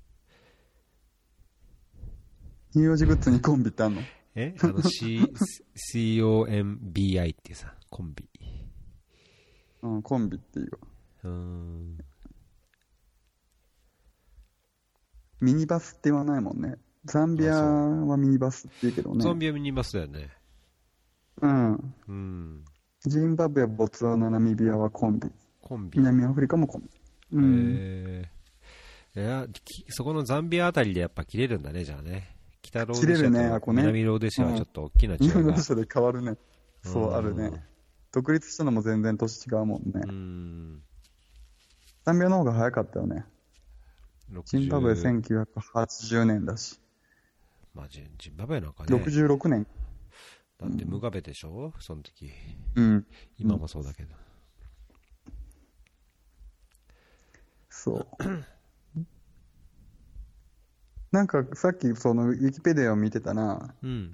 [SPEAKER 2] 乳幼児グッズにコンビってあんの
[SPEAKER 1] えあ の C、COMBI ってさ、コンビ。
[SPEAKER 2] うん、コンビっていうわ。
[SPEAKER 1] うーん。
[SPEAKER 2] ミニバスって言わないもんね。ザンビア
[SPEAKER 1] あそ
[SPEAKER 2] はミニバスって言うけど
[SPEAKER 1] ゾン
[SPEAKER 2] ね。
[SPEAKER 1] ビは見にいますよね。
[SPEAKER 2] うん。
[SPEAKER 1] うん。
[SPEAKER 2] ジンバブエ、ボツワナ、ナミビアはコンビ。
[SPEAKER 1] コンビ。
[SPEAKER 2] 南アフリカもコンビ。うん。
[SPEAKER 1] えーいやきそこのザンビアあたりでやっぱ切れるんだね、じゃあね。北ローデシ
[SPEAKER 2] 切れるね
[SPEAKER 1] ア
[SPEAKER 2] あことね
[SPEAKER 1] 南ローデシアはちょっと大きな違い
[SPEAKER 2] 日
[SPEAKER 1] が。
[SPEAKER 2] 本の人で変わるね。そうう、
[SPEAKER 1] ん
[SPEAKER 2] あるね。独立したのも全然年違うもん
[SPEAKER 1] う
[SPEAKER 2] ね。
[SPEAKER 1] ん。
[SPEAKER 2] ザンビアの方が早かったよね。ジンバブエ
[SPEAKER 1] 60
[SPEAKER 2] 1980年だし。
[SPEAKER 1] まあ、ジンジンバブエなんかね。
[SPEAKER 2] 66年。
[SPEAKER 1] だってムガベでしょその時。
[SPEAKER 2] うん。
[SPEAKER 1] 今もそうだけど。
[SPEAKER 2] そう。なんかさっきそのウィキペディアを見てたら、
[SPEAKER 1] うん。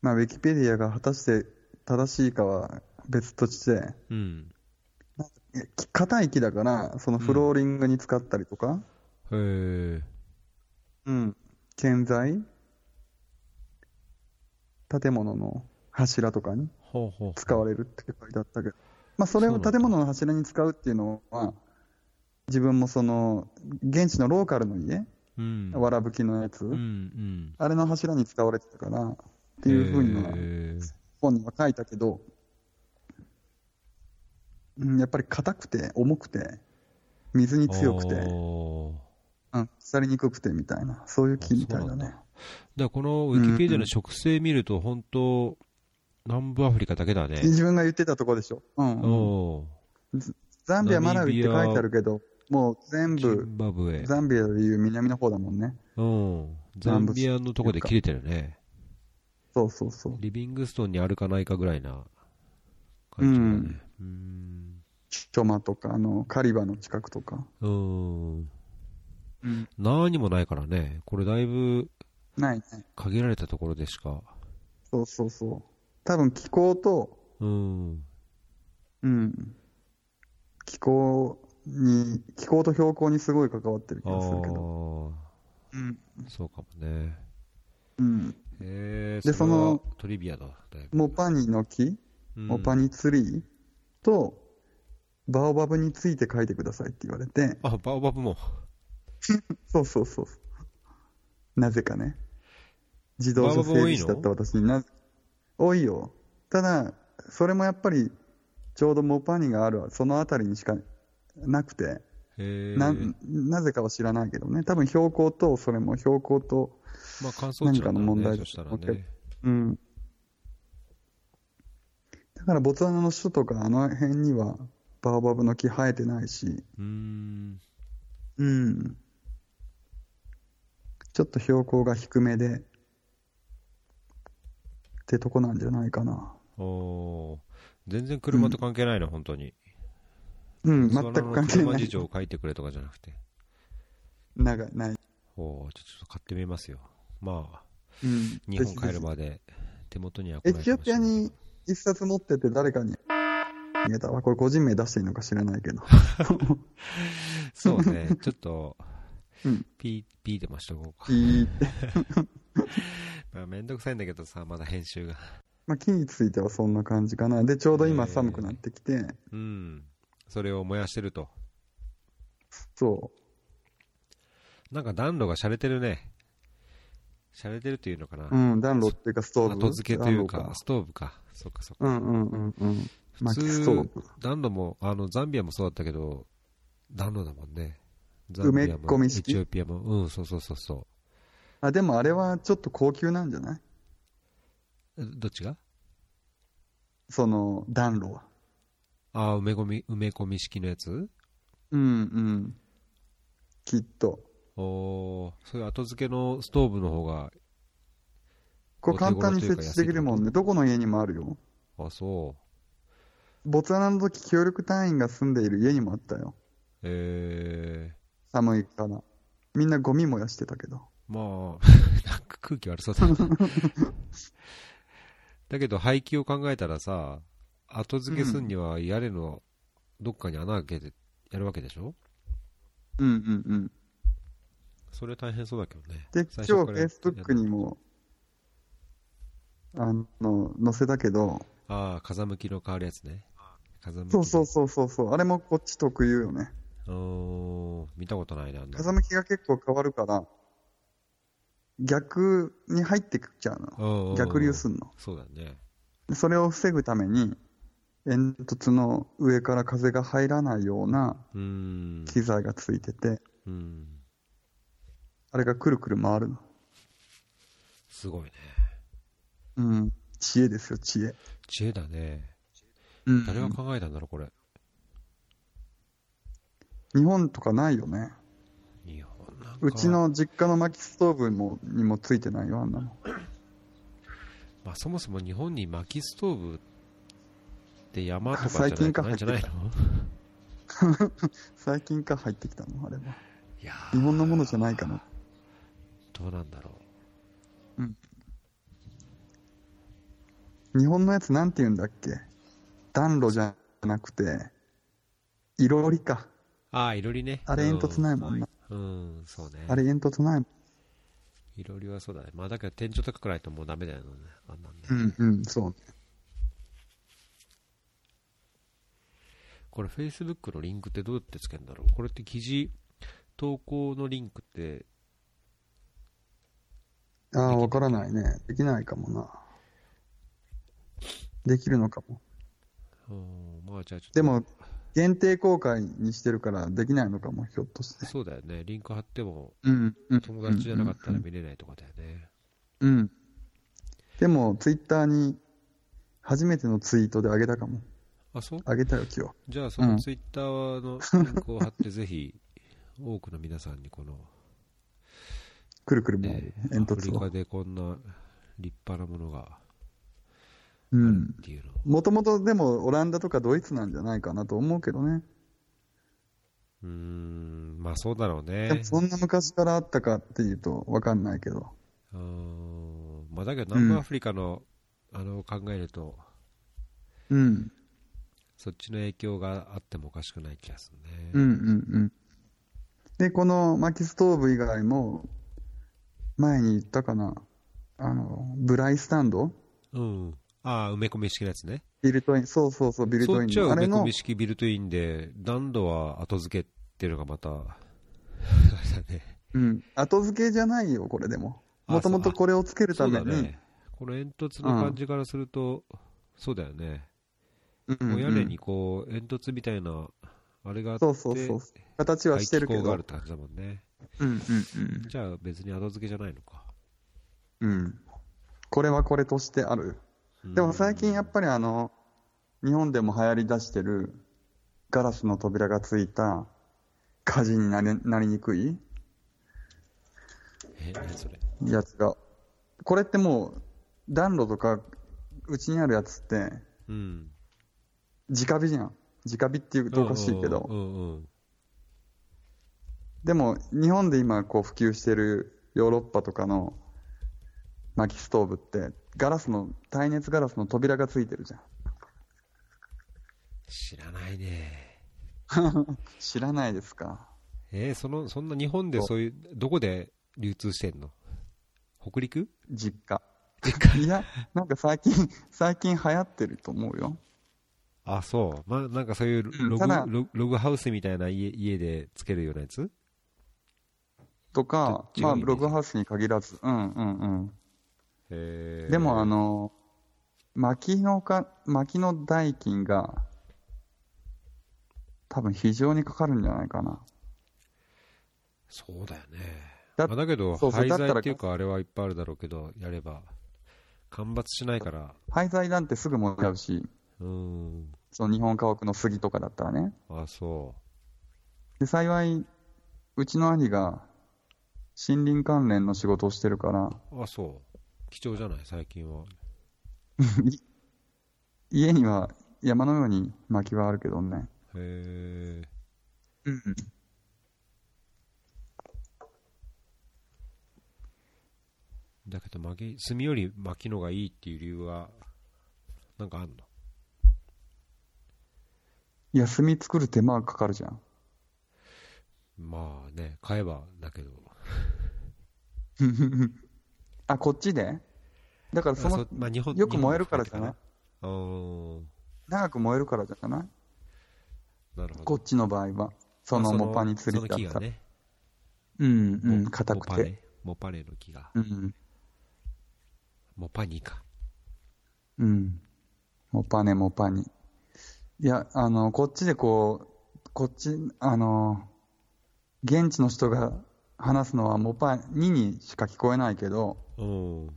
[SPEAKER 2] まあ、ウィキペディアが果たして正しいかは別として、
[SPEAKER 1] うん。
[SPEAKER 2] いやき硬い木だから、そのフローリングに使ったりとか、
[SPEAKER 1] へえ。
[SPEAKER 2] うん、建材、建物の柱とかに
[SPEAKER 1] ほうほう。
[SPEAKER 2] 使われるって書いてあったけど、まあ、それ
[SPEAKER 1] そ
[SPEAKER 2] を
[SPEAKER 1] うなんだ
[SPEAKER 2] 建物の柱に使うっていうのは、自分もその現地のローカルの家、
[SPEAKER 1] うん。
[SPEAKER 2] わらぶきのやつ、
[SPEAKER 1] うんうん。
[SPEAKER 2] あれの柱に使われてたからっていうふうには
[SPEAKER 1] へー
[SPEAKER 2] 本には書いたけど、うん、やっぱり硬くて重くて水に強くて、
[SPEAKER 1] おー
[SPEAKER 2] うん、腐りにくくてみたいなそういう木みたいだね
[SPEAKER 1] だからこのウィキペディアの植生見ると、本当、南部アフリカだけだね。
[SPEAKER 2] 自分が言ってたとこでしょ、うん
[SPEAKER 1] おー
[SPEAKER 2] ザンビアマラウイって書いてあるけどもう全
[SPEAKER 1] ジ
[SPEAKER 2] 部
[SPEAKER 1] ンバブエ。
[SPEAKER 2] ザンビアでいう南の方だもんね
[SPEAKER 1] うん。ザンビアのとこで切れてるね。
[SPEAKER 2] そうそうそう
[SPEAKER 1] リビングストンにあるかないかぐらいな感じだね。うん。
[SPEAKER 2] チョマとかあのカリバの近くとか、
[SPEAKER 1] うん。何もないからね。これだいぶ
[SPEAKER 2] ないね
[SPEAKER 1] 限られたところでしか。
[SPEAKER 2] そうそうそう多分気候と
[SPEAKER 1] うん。
[SPEAKER 2] うん。気候に、気候と標高にすごい関わってる気
[SPEAKER 1] ああ
[SPEAKER 2] がするけど。
[SPEAKER 1] ー、
[SPEAKER 2] うん。
[SPEAKER 1] そうかもね。
[SPEAKER 2] うん。
[SPEAKER 1] えー、れ
[SPEAKER 2] で
[SPEAKER 1] は
[SPEAKER 2] その
[SPEAKER 1] トリビアだ、だいぶ。
[SPEAKER 2] モパニの木、
[SPEAKER 1] うん
[SPEAKER 2] モパニツリーと、バオバブについて書いてくださいって言われて、
[SPEAKER 1] あ、バオバブも。
[SPEAKER 2] そうそうそう。なぜかね。自動車整備士だった私になぜ、多いよ。ただ、それもやっぱり、ちょうどモパニがある、その辺りにしかなくて、
[SPEAKER 1] えー、
[SPEAKER 2] ななぜかは知らないけどね、多分標高と、それも標高と、
[SPEAKER 1] まあ、乾燥地
[SPEAKER 2] 何
[SPEAKER 1] な
[SPEAKER 2] か
[SPEAKER 1] んだ
[SPEAKER 2] の
[SPEAKER 1] ろう
[SPEAKER 2] 問
[SPEAKER 1] ね、
[SPEAKER 2] 題
[SPEAKER 1] そ
[SPEAKER 2] だ
[SPEAKER 1] した
[SPEAKER 2] と
[SPEAKER 1] ら
[SPEAKER 2] 思うけど
[SPEAKER 1] ね。
[SPEAKER 2] うん、だからボツワナの首都とか、あの辺にはバーバブの木生えてないし、
[SPEAKER 1] うーん。
[SPEAKER 2] うん、ちょっと標高が低めで、ってってとこなんじゃないかな。
[SPEAKER 1] おー全然車と関係ないな、本当に。
[SPEAKER 2] うん、全く関係
[SPEAKER 1] その車
[SPEAKER 2] な
[SPEAKER 1] 事
[SPEAKER 2] い。
[SPEAKER 1] 情を書いてくれとかじゃなくて。
[SPEAKER 2] なんかない。
[SPEAKER 1] おーちょちょっと買ってみますよ。まあ、
[SPEAKER 2] うん。
[SPEAKER 1] 日本帰
[SPEAKER 2] ぜ
[SPEAKER 1] る
[SPEAKER 2] ひぜ
[SPEAKER 1] まで手元には来
[SPEAKER 2] ひ
[SPEAKER 1] な
[SPEAKER 2] エ
[SPEAKER 1] いかもし
[SPEAKER 2] チ
[SPEAKER 1] れ
[SPEAKER 2] オ
[SPEAKER 1] ない
[SPEAKER 2] ピアに一冊持ってて誰かにあげたわ。これ個人名出していいのか知らないけ ど。
[SPEAKER 1] そう ね、ちょっと、
[SPEAKER 2] うん
[SPEAKER 1] ピー、ピーでもしとこうか。
[SPEAKER 2] いいって。
[SPEAKER 1] まあ、めんどくさいんだけどさ、まだ編集が。
[SPEAKER 2] まあ、木についてはそんな感じかな。で、ちょうど今寒くなってきて、
[SPEAKER 1] うん。それを燃やしてると。
[SPEAKER 2] そ
[SPEAKER 1] なんか暖炉が洒落てるね。洒落てるというのかな。
[SPEAKER 2] う。うん、暖炉っていうかストーブ。
[SPEAKER 1] 後付けという
[SPEAKER 2] 暖炉
[SPEAKER 1] か、ストーブか。そっかそっか。
[SPEAKER 2] うんうんうんうん。
[SPEAKER 1] 普
[SPEAKER 2] 薪ストー
[SPEAKER 1] 通
[SPEAKER 2] ブ。、
[SPEAKER 1] 暖炉も、あの、ザンビアもそうだったけど、暖炉だもんね。ザン
[SPEAKER 2] 埋め
[SPEAKER 1] ビア
[SPEAKER 2] 込み
[SPEAKER 1] も、エ
[SPEAKER 2] 式
[SPEAKER 1] チオピアも、うん、そうそうそうそ。
[SPEAKER 2] あ、でもあれはちょっと高級なんじゃないう
[SPEAKER 1] どっちが
[SPEAKER 2] その暖炉は。
[SPEAKER 1] ああ、埋め込み、埋め込み式のやつ
[SPEAKER 2] うんうん。きっと。
[SPEAKER 1] おーそういう後付けのストーブの方が、
[SPEAKER 2] これ簡単に設
[SPEAKER 1] お手頃というか
[SPEAKER 2] 置
[SPEAKER 1] 安い
[SPEAKER 2] できるもんね。どこの家にもあるよ。
[SPEAKER 1] あ、そう。
[SPEAKER 2] ボツワナの時協力隊員が住んでいる家にもあったよ。
[SPEAKER 1] え
[SPEAKER 2] 寒いから。みんなゴミ燃やしてたけど。
[SPEAKER 1] ー、 まあ、なんか空気悪そうだな。だけど、排気を考えたらさ、後付けすんには屋根のどっかに穴開けてやるわけでしょ
[SPEAKER 2] うんうんうん。
[SPEAKER 1] それ大変そうだけどね。
[SPEAKER 2] で、
[SPEAKER 1] 最
[SPEAKER 2] 今日
[SPEAKER 1] 初からやっ
[SPEAKER 2] Facebook にも、あの、載せたけど、
[SPEAKER 1] ああ、風向きの変わるやつね。風向き。
[SPEAKER 2] そうそうそうそうそう、あれもこっち特有よね。
[SPEAKER 1] うーん。見たことないな、あんなの
[SPEAKER 2] 風向きが結構変わるから、逆に入ってきちゃう
[SPEAKER 1] うんうんうん
[SPEAKER 2] の。逆流すんの。
[SPEAKER 1] そうだね。
[SPEAKER 2] でそれを防ぐために、煙突の上から風が入らないような
[SPEAKER 1] うーん。
[SPEAKER 2] 機材がついてて、
[SPEAKER 1] うん。
[SPEAKER 2] あれがくるくる回るの。
[SPEAKER 1] すごいね。
[SPEAKER 2] うん。知恵ですよ、知恵。
[SPEAKER 1] 知恵だね。
[SPEAKER 2] うん
[SPEAKER 1] 誰が考えたんだろう、これ。
[SPEAKER 2] 日本とかないよね。
[SPEAKER 1] 日本なんか。
[SPEAKER 2] うち。の実家の薪ストーブもにもついてないよ、あんなの。
[SPEAKER 1] まあ、そもそも日本に薪ストーブって山とか
[SPEAKER 2] 最
[SPEAKER 1] じゃな
[SPEAKER 2] 近
[SPEAKER 1] い
[SPEAKER 2] か
[SPEAKER 1] ないんじゃないの
[SPEAKER 2] 最近か入ってきたの、あれは。
[SPEAKER 1] いや
[SPEAKER 2] 日本のものじ
[SPEAKER 1] ゃ
[SPEAKER 2] ゃないかな。
[SPEAKER 1] どうなんだろ
[SPEAKER 2] 日本のやつなんて言うんだっけ暖炉じゃなくて、いろりか。
[SPEAKER 1] う。ああ、いろりね。
[SPEAKER 2] あれ煙突ないもんな。
[SPEAKER 1] うん、うんそうね。
[SPEAKER 2] あれ煙突ないもん。
[SPEAKER 1] いろりはそうだね。まあ、だけど天井高くないともうダメだよね。あんなんね。
[SPEAKER 2] うんうん、そうね。
[SPEAKER 1] これ Facebook のリンクってどうやってつけるんだろうこれって記事投稿のリンクって
[SPEAKER 2] ああ、わからないね。できないかもな。できるのかも。
[SPEAKER 1] うんまあじゃあちょっと
[SPEAKER 2] でも、限定公開にしてるからできないのかも、ひょっとして。
[SPEAKER 1] そうだよねリンク貼っても
[SPEAKER 2] うん、うん。
[SPEAKER 1] 友達じゃなかったら見れないとかだよね
[SPEAKER 2] うん。でも、ツイッターに、初めてのツイートであげたかも。
[SPEAKER 1] あそう
[SPEAKER 2] あげたよ、今日。
[SPEAKER 1] じゃあその Twitter のリンクを貼ってぜひ多くの皆さんにこの、
[SPEAKER 2] くるくる回
[SPEAKER 1] え
[SPEAKER 2] る、
[SPEAKER 1] ー
[SPEAKER 2] 煙
[SPEAKER 1] アフリ
[SPEAKER 2] 突
[SPEAKER 1] カ
[SPEAKER 2] を。
[SPEAKER 1] でこんな立派なものがあ
[SPEAKER 2] う
[SPEAKER 1] る
[SPEAKER 2] ん
[SPEAKER 1] っ。ていうの、
[SPEAKER 2] もともとでもオランダとかドイツなんじゃないかなと思うけどね。
[SPEAKER 1] うーんまあそうだろうね
[SPEAKER 2] でもそんな昔からあったかっていうとわかんないけど。
[SPEAKER 1] うーんまあだけど南部アフリカの、あの考えると
[SPEAKER 2] うん。
[SPEAKER 1] そっちの影響があってもおかしくない気がするね。
[SPEAKER 2] うんうんうん。で、この薪ストーブ以外も、前に言ったかな。あの、ブライスタンド
[SPEAKER 1] うん。ああ、埋め込み式のやつね。
[SPEAKER 2] ビルトイン。そうそうそう、ビルト
[SPEAKER 1] そ
[SPEAKER 2] イ
[SPEAKER 1] っ
[SPEAKER 2] ン
[SPEAKER 1] ちは
[SPEAKER 2] あ
[SPEAKER 1] 埋め
[SPEAKER 2] れ
[SPEAKER 1] 込
[SPEAKER 2] の
[SPEAKER 1] み、式ビルトインで、暖炉は後付けっていうのがまた、 あれだね。
[SPEAKER 2] うん。後付けじゃないよ、これでも。
[SPEAKER 1] あ
[SPEAKER 2] もともとこれをつける
[SPEAKER 1] そ
[SPEAKER 2] た
[SPEAKER 1] う
[SPEAKER 2] め
[SPEAKER 1] だ
[SPEAKER 2] に、
[SPEAKER 1] ね。この煙突の感じからすると、そうだよね。
[SPEAKER 2] うんうん
[SPEAKER 1] もう屋根にこう、煙突みたいな、あれがあって、
[SPEAKER 2] そうそうそう。形はしてるけ
[SPEAKER 1] 排気口がある
[SPEAKER 2] ど
[SPEAKER 1] っ。て感じだもんね。
[SPEAKER 2] うんうん
[SPEAKER 1] じゃあ別に後付けじゃないのか。
[SPEAKER 2] うん。うん。これはこれとしてある。でも最近やっぱりあの、日本でも流行り出してる、ガラスの扉がついた、火事になりなりにくい
[SPEAKER 1] え、何それ。
[SPEAKER 2] やつが、これってもう、暖炉とかうちにあるやつって、
[SPEAKER 1] うん。
[SPEAKER 2] 直火じゃん。直火っていうとおかしいけど。
[SPEAKER 1] うんうん
[SPEAKER 2] でも日本で今こう普及してるヨーロッパとかの薪ストーブってガラスの耐熱ガラスの扉がついてるじゃん
[SPEAKER 1] 知らないね。
[SPEAKER 2] 知らないですか
[SPEAKER 1] えー、その、そんな日本でそういう、どこで流通してんの北陸
[SPEAKER 2] 実家いやなんか最近最近流行ってると思うよ
[SPEAKER 1] あ、そう。まあ、なんかそういうログ、
[SPEAKER 2] ただ
[SPEAKER 1] ログログハウスみたいな家家でつけるようなやつ
[SPEAKER 2] とか
[SPEAKER 1] ちょ
[SPEAKER 2] ま
[SPEAKER 1] 違う
[SPEAKER 2] あ
[SPEAKER 1] 意味で
[SPEAKER 2] ログハウスに限らずうんうんうん、
[SPEAKER 1] へー
[SPEAKER 2] でもあ、の薪のか薪の代金が多分非常にかかるんじゃないかな
[SPEAKER 1] そうだよね。
[SPEAKER 2] だ
[SPEAKER 1] だ,、まあ、だけど、
[SPEAKER 2] そうそ
[SPEAKER 1] 廃
[SPEAKER 2] うだった
[SPEAKER 1] 材
[SPEAKER 2] ら
[SPEAKER 1] っていうか、あれはいっぱいあるだろうけど、やれば、間伐しないから、
[SPEAKER 2] 廃材なんてすぐもらうし
[SPEAKER 1] うーん、
[SPEAKER 2] その日本家屋の杉とかだったらね。
[SPEAKER 1] あ、そ
[SPEAKER 2] で、幸い、うちの兄が森林関連の仕事をしてるから、
[SPEAKER 1] う、あ、そう、貴重じゃない、最近は。
[SPEAKER 2] 家には山のように薪はあるけどね。
[SPEAKER 1] へえ、だけど、薪、炭より薪のがいいっていう理由は、なんかあんの
[SPEAKER 2] いや、炭作る手間がかかるじゃん。
[SPEAKER 1] まあね、買えばだけど、
[SPEAKER 2] あ、こっちでだからそ
[SPEAKER 1] あ
[SPEAKER 2] の
[SPEAKER 1] そ、まあ日本
[SPEAKER 2] よく燃えるからじゃな
[SPEAKER 1] 日
[SPEAKER 2] い
[SPEAKER 1] 本の雰囲気か
[SPEAKER 2] 長く燃えるからじゃな
[SPEAKER 1] な
[SPEAKER 2] い
[SPEAKER 1] うーん、なるほど。
[SPEAKER 2] こっちの場合は。その
[SPEAKER 1] まあ
[SPEAKER 2] モッパに釣りだ
[SPEAKER 1] その木
[SPEAKER 2] った
[SPEAKER 1] が
[SPEAKER 2] ら。
[SPEAKER 1] ね、
[SPEAKER 2] うんう
[SPEAKER 1] モ
[SPEAKER 2] ん、硬
[SPEAKER 1] モ
[SPEAKER 2] くて。。
[SPEAKER 1] パレモパレの木が、
[SPEAKER 2] うん
[SPEAKER 1] モパニか。
[SPEAKER 2] うん。モパネモパニ。いや、あの、こっちでこう、こっち、あの、現地の人が話すのはモパニにしか聞こえないけど、
[SPEAKER 1] うん。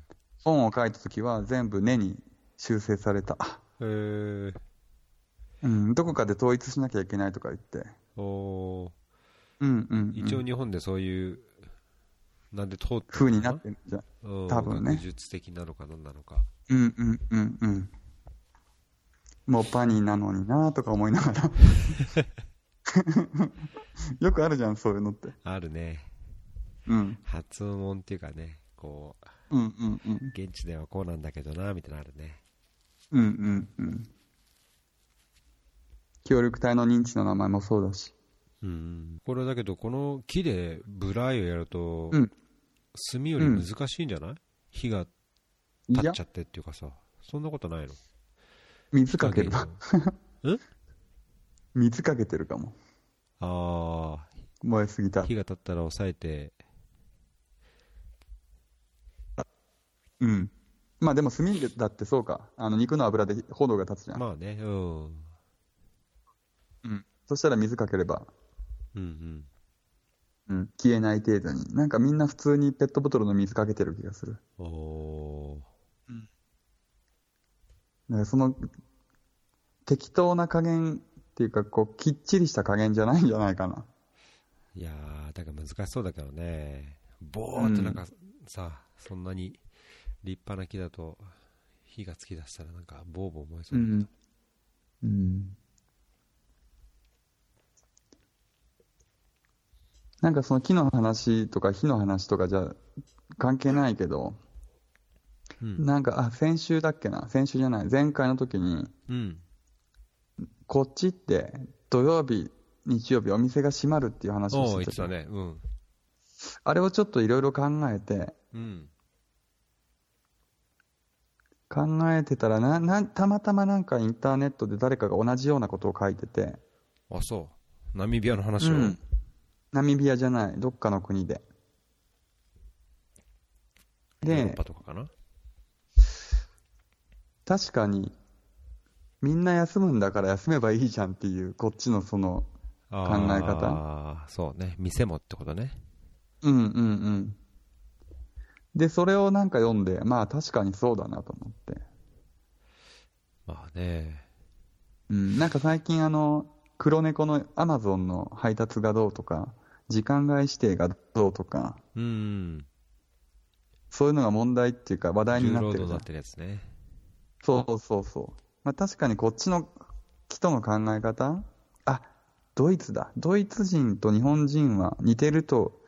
[SPEAKER 2] 本を書いた時は全部ネに修正された。
[SPEAKER 1] へえ。
[SPEAKER 2] うん、どこかで統一しなきゃいけないとか言って。
[SPEAKER 1] おー
[SPEAKER 2] うんうん、うん。
[SPEAKER 1] 一応日本でそういう、なんで通って
[SPEAKER 2] 風にな
[SPEAKER 1] る
[SPEAKER 2] ってんじゃん。
[SPEAKER 1] のかな
[SPEAKER 2] 多分ね
[SPEAKER 1] 学術的なのか何なのか。
[SPEAKER 2] うんうんうんうん。モパニなのになとか思いながら。 よくあるじゃん、そういうのって。
[SPEAKER 1] あるね。
[SPEAKER 2] うん。
[SPEAKER 1] 発音っていうかね、こう、
[SPEAKER 2] うんうんうん。
[SPEAKER 1] 現地ではこうなんだけどな、みたいなのあるね。
[SPEAKER 2] うんうんうん。協力隊の認知の名前もそうだし。
[SPEAKER 1] うん。これだけど、この木でブライをやると、
[SPEAKER 2] うん
[SPEAKER 1] 炭より難しいんじゃない、火が
[SPEAKER 2] い
[SPEAKER 1] 立
[SPEAKER 2] や
[SPEAKER 1] っちゃ、ってっていうかさ、そんなことないの
[SPEAKER 2] 水かける わ。
[SPEAKER 1] え
[SPEAKER 2] 水かけてるかも。
[SPEAKER 1] あ
[SPEAKER 2] 燃えすぎた
[SPEAKER 1] あ、
[SPEAKER 2] ら
[SPEAKER 1] 火。が立ったら抑えて、
[SPEAKER 2] うん。まあでも炭だってそうか。あの肉の油で炎が立つじゃん。
[SPEAKER 1] まあね、うん。うん
[SPEAKER 2] うん。そしたら水かければ、
[SPEAKER 1] うん。
[SPEAKER 2] うん、消えない程度に。なんかみんな普通にペットボトルの水かけてる気がする。
[SPEAKER 1] おー
[SPEAKER 2] だからその、適当な加減っていうか、こう、きっちりした加減じゃないんじゃないかな。
[SPEAKER 1] いやー、だから難しそうだけどね、ボーってなんかさ、そんなに立派な木だと、火がつきだしたら、なんか、ボーボー燃えそうだけど、
[SPEAKER 2] うんなんかその木の話とか火の話とかじゃ関係ないけど、
[SPEAKER 1] うん、
[SPEAKER 2] なんか、あ、先週だっけな、先週じゃない、前回の時に、
[SPEAKER 1] うん、
[SPEAKER 2] こっちって土曜日、日曜日お店が閉まるっていう話を
[SPEAKER 1] おー、言っ
[SPEAKER 2] し
[SPEAKER 1] てて
[SPEAKER 2] た
[SPEAKER 1] たね、うん、
[SPEAKER 2] あれをちょっといろいろ考えて、
[SPEAKER 1] うん、
[SPEAKER 2] 考えてたらなな、たまたまなんかインターネットで誰かが同じようなことを書いてて、
[SPEAKER 1] あ、そう、ナミビアの話を、
[SPEAKER 2] うんナミビアじゃない、どっかの国で。
[SPEAKER 1] ヨーロッ
[SPEAKER 2] で
[SPEAKER 1] パ、とかかな、
[SPEAKER 2] 確かに、みんな休むんだから休めばいいじゃんっていう、こっちのその、考え方
[SPEAKER 1] あーそうね、店もってことね、
[SPEAKER 2] うんうんうん。で、それをなんか読んで、まあ確かにそうだなと思って。
[SPEAKER 1] まあね、
[SPEAKER 2] うん、なんか最近あの、黒猫のアマゾンの配達がどうとか、時間外指定がどうとか、
[SPEAKER 1] うん、
[SPEAKER 2] そういうのが問題っていうか話題
[SPEAKER 1] 重
[SPEAKER 2] になっ
[SPEAKER 1] 労
[SPEAKER 2] てる
[SPEAKER 1] 働
[SPEAKER 2] じ
[SPEAKER 1] にな
[SPEAKER 2] ゃ
[SPEAKER 1] んっ。てるやつね、
[SPEAKER 2] そうそうそう。まあ確かにこっちの人の考え方あ、ドイツだ。ドイツ人と日本人は似てると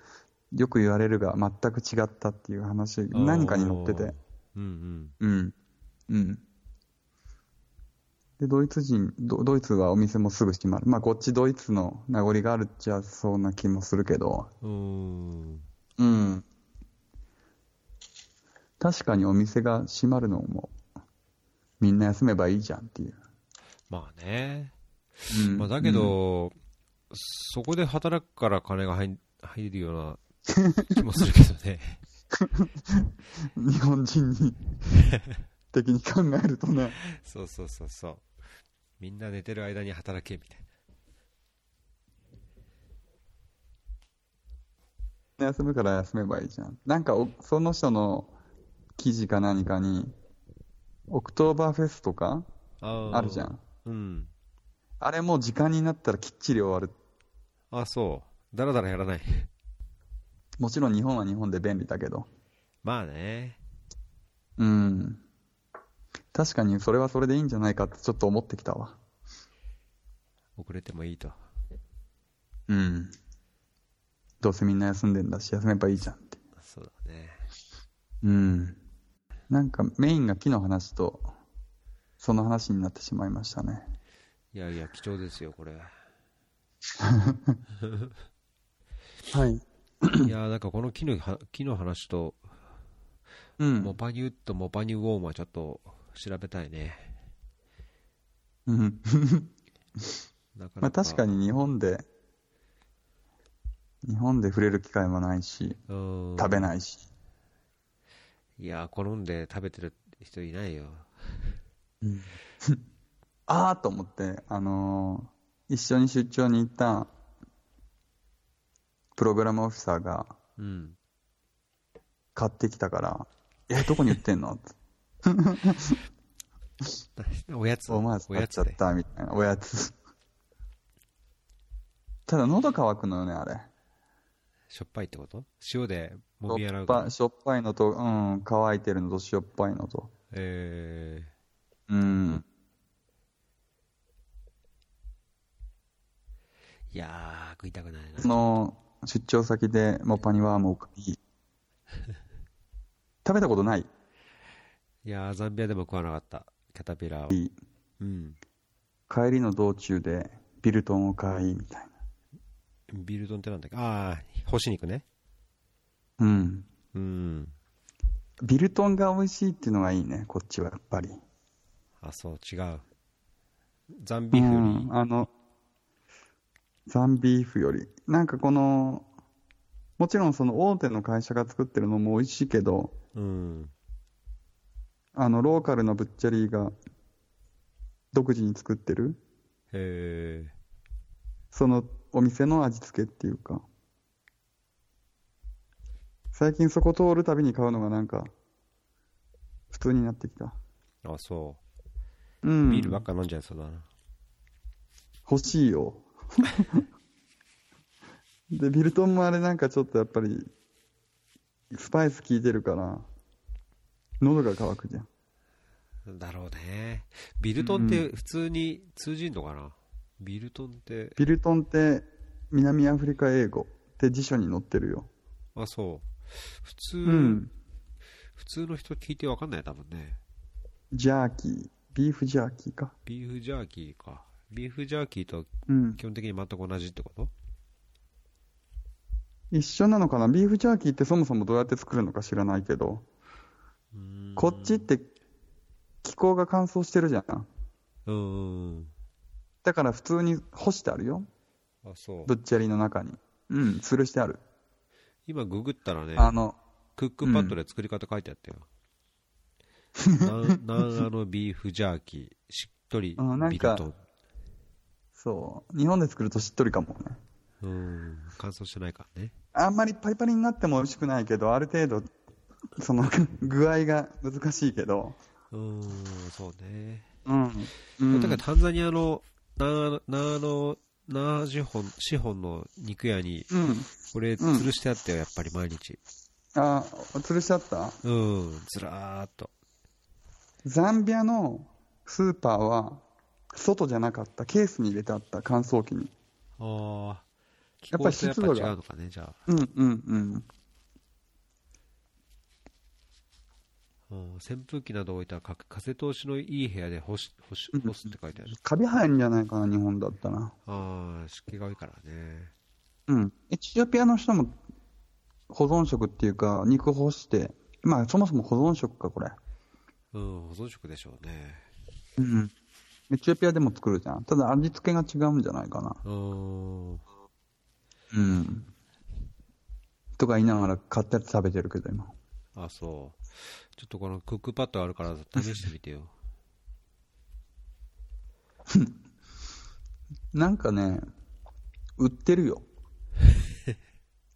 [SPEAKER 2] よく言われるが全く違ったっていう話、何かに載ってて。。
[SPEAKER 1] うんうん。
[SPEAKER 2] うん。うん。で、ドイツ人、ドドイツはお店もすぐ閉まる。まあ、こっちドイツの名残があるっちゃそうな気もするけど。
[SPEAKER 1] うーん。
[SPEAKER 2] うん。確かにお店が閉まるのも、みんな休めばいいじゃんっていう。
[SPEAKER 1] まあね。
[SPEAKER 2] うん
[SPEAKER 1] まあ、だけ、ど、そこで働くから金が入ん入るような気もするけど ね。
[SPEAKER 2] うん日本人 に的に考えるとね。
[SPEAKER 1] そうそうそうそう。みんな寝てる間に働けみたい
[SPEAKER 2] 休むから休めばいいじゃん。なんかお、その人の記事か何かに、オクトーバーフェスとか
[SPEAKER 1] な。あー
[SPEAKER 2] あるじゃ。ん。
[SPEAKER 1] うん。
[SPEAKER 2] あれも時間になったらきっちり終わる。
[SPEAKER 1] あ、そう。だらだらやらない。
[SPEAKER 2] もちろん日本は日本で便利だけど。
[SPEAKER 1] まあね。
[SPEAKER 2] うん。確かにそれはそれでいいんじゃないかってちょっと思ってきたわ。
[SPEAKER 1] 遅れてもいいと。
[SPEAKER 2] うん。どうせみんな休んでんだし、休めばいいじゃんって。
[SPEAKER 1] そうだね。
[SPEAKER 2] うん。なんかメインが木の話と、その話になってしまいましたね。
[SPEAKER 1] いやいや、貴重ですよ、こ れ。
[SPEAKER 2] はい。
[SPEAKER 1] いやーなんかこの木のは木の話と、
[SPEAKER 2] う
[SPEAKER 1] モ
[SPEAKER 2] ん。
[SPEAKER 1] パニュとモパニュウォームはちょっと調べたいね。
[SPEAKER 2] うん。
[SPEAKER 1] なか
[SPEAKER 2] ま
[SPEAKER 1] な
[SPEAKER 2] あ
[SPEAKER 1] か。
[SPEAKER 2] 確かに日本で、日本で触れる機会もないし、
[SPEAKER 1] うん。
[SPEAKER 2] 食べないし。
[SPEAKER 1] いやー、転んで食べてる人いないよ。
[SPEAKER 2] あーと思って、あのー一緒に出張に行った、プログラムオフィサーが
[SPEAKER 1] うん。
[SPEAKER 2] 買ってきたから、え、どこに売ってん のって。
[SPEAKER 1] おやつ。
[SPEAKER 2] 思わず
[SPEAKER 1] お
[SPEAKER 2] 買っ
[SPEAKER 1] や
[SPEAKER 2] ちゃっ
[SPEAKER 1] つで。
[SPEAKER 2] たみたいな、おやつ。ただ喉乾くのよね、あれ。
[SPEAKER 1] しょっぱいってこと塩でもみ
[SPEAKER 2] し
[SPEAKER 1] 洗
[SPEAKER 2] ょっ
[SPEAKER 1] うから
[SPEAKER 2] ぱ。しょっぱいのと、うん、乾いてるのとしょっぱいのと。
[SPEAKER 1] え
[SPEAKER 2] うん。
[SPEAKER 1] ー、いやー、食いたくないな
[SPEAKER 2] そ。の出張先でモパニワームを買い、 食べたことない
[SPEAKER 1] いやー、ザンビアでも食わなかった。キャタピラを。うん。
[SPEAKER 2] 帰りの道中でビルトンを買いみたい
[SPEAKER 1] ビルドンってなんだっけああ、干し肉ね。
[SPEAKER 2] なうん
[SPEAKER 1] うん。
[SPEAKER 2] ビルトンが美味しいっていうのがいいねこっちはやっぱり
[SPEAKER 1] あ、そう、違う。ザンビーフより
[SPEAKER 2] うんあのザンビーフよりなんかこのもちろんその大手の会社が作ってるのも美味しいけど
[SPEAKER 1] うん。
[SPEAKER 2] あのローカルのブッチャリーが独自に作ってる
[SPEAKER 1] え
[SPEAKER 2] そのお店の味付けっていうか最近そこ通るたびに買うのがなんか普通になってきた
[SPEAKER 1] ー、あ、そ
[SPEAKER 2] うん
[SPEAKER 1] う。ビールばっか飲んじゃいそうだな。
[SPEAKER 2] 欲し いよでビルトンもあれなんかちょっとやっぱりスパイス効いてるから喉が渇くじゃん
[SPEAKER 1] だろうね。ビルトンって普通に通じんのかな、ビルトンって、
[SPEAKER 2] ビルトンって南アフリカ英語って辞書に載ってるよ
[SPEAKER 1] あ、そう。普通、
[SPEAKER 2] うん
[SPEAKER 1] 普通の人聞いてわかんない多分ね。
[SPEAKER 2] ジャーキービーフジャーキーか
[SPEAKER 1] ビーフジャーキーか。ビーフジャーキーと
[SPEAKER 2] うん
[SPEAKER 1] 基本的に全く同じってこと
[SPEAKER 2] 一緒なのかなビーフジャーキーってそもそもどうやって作るのか知らないけど
[SPEAKER 1] うーん
[SPEAKER 2] こっちって気候が乾燥してるじゃん
[SPEAKER 1] うーん。
[SPEAKER 2] だから普通に干してあるよ
[SPEAKER 1] あ、そう
[SPEAKER 2] ぶ。っちゃりの中にうん吊るしてある
[SPEAKER 1] 今ググったらね、
[SPEAKER 2] あの
[SPEAKER 1] クックパッドで作り方書いてあったよ。 な南アのビーフジャーキー、しっとり
[SPEAKER 2] うんなん
[SPEAKER 1] ビ
[SPEAKER 2] か
[SPEAKER 1] ルトン。
[SPEAKER 2] そう日本で作るとしっとりかもね
[SPEAKER 1] うん、乾燥してないからね。
[SPEAKER 2] あんまりパリパリになっても美味しくないけどある程度その 具合が難しいけど
[SPEAKER 1] うーん、そうね。
[SPEAKER 2] うん、うん
[SPEAKER 1] だからタンザニアの、な、な、の、な、資本、資本の肉屋に、
[SPEAKER 2] うん、
[SPEAKER 1] これ、
[SPEAKER 2] うん
[SPEAKER 1] 吊るしてあったよ、やっぱり毎日。
[SPEAKER 2] あ吊るしちゃった
[SPEAKER 1] うん、ずらーっと。
[SPEAKER 2] ザンビアのスーパーは、外じゃなかった、ケースに入れてあった、乾燥機に。
[SPEAKER 1] ああ。気候
[SPEAKER 2] やっぱ
[SPEAKER 1] とやっ
[SPEAKER 2] 湿
[SPEAKER 1] ぱ
[SPEAKER 2] 度が
[SPEAKER 1] 違うのかね、じゃあ。
[SPEAKER 2] うんうんうん。
[SPEAKER 1] うん、扇風機など置いたか風通しのいい部屋で干し干し
[SPEAKER 2] うん
[SPEAKER 1] 干すって書いてある。
[SPEAKER 2] カビ生えるんじゃないかな、日本だったら。
[SPEAKER 1] ああ、湿気が多いからね。
[SPEAKER 2] うん。エチオピアの人も保存食っていうか、肉干して、まあそもそも保存食か、これ。
[SPEAKER 1] うん、保存食でしょうね。
[SPEAKER 2] うん。エチオピアでも作るじゃん。ただ味付けが違うんじゃないかな。
[SPEAKER 1] うーん。
[SPEAKER 2] うん。とか言いながら買ったやつ食べてるけど、今。
[SPEAKER 1] あ、そう。ちょっとこのクックパッドあるから試してみてよ。
[SPEAKER 2] なんかね、売ってる よ。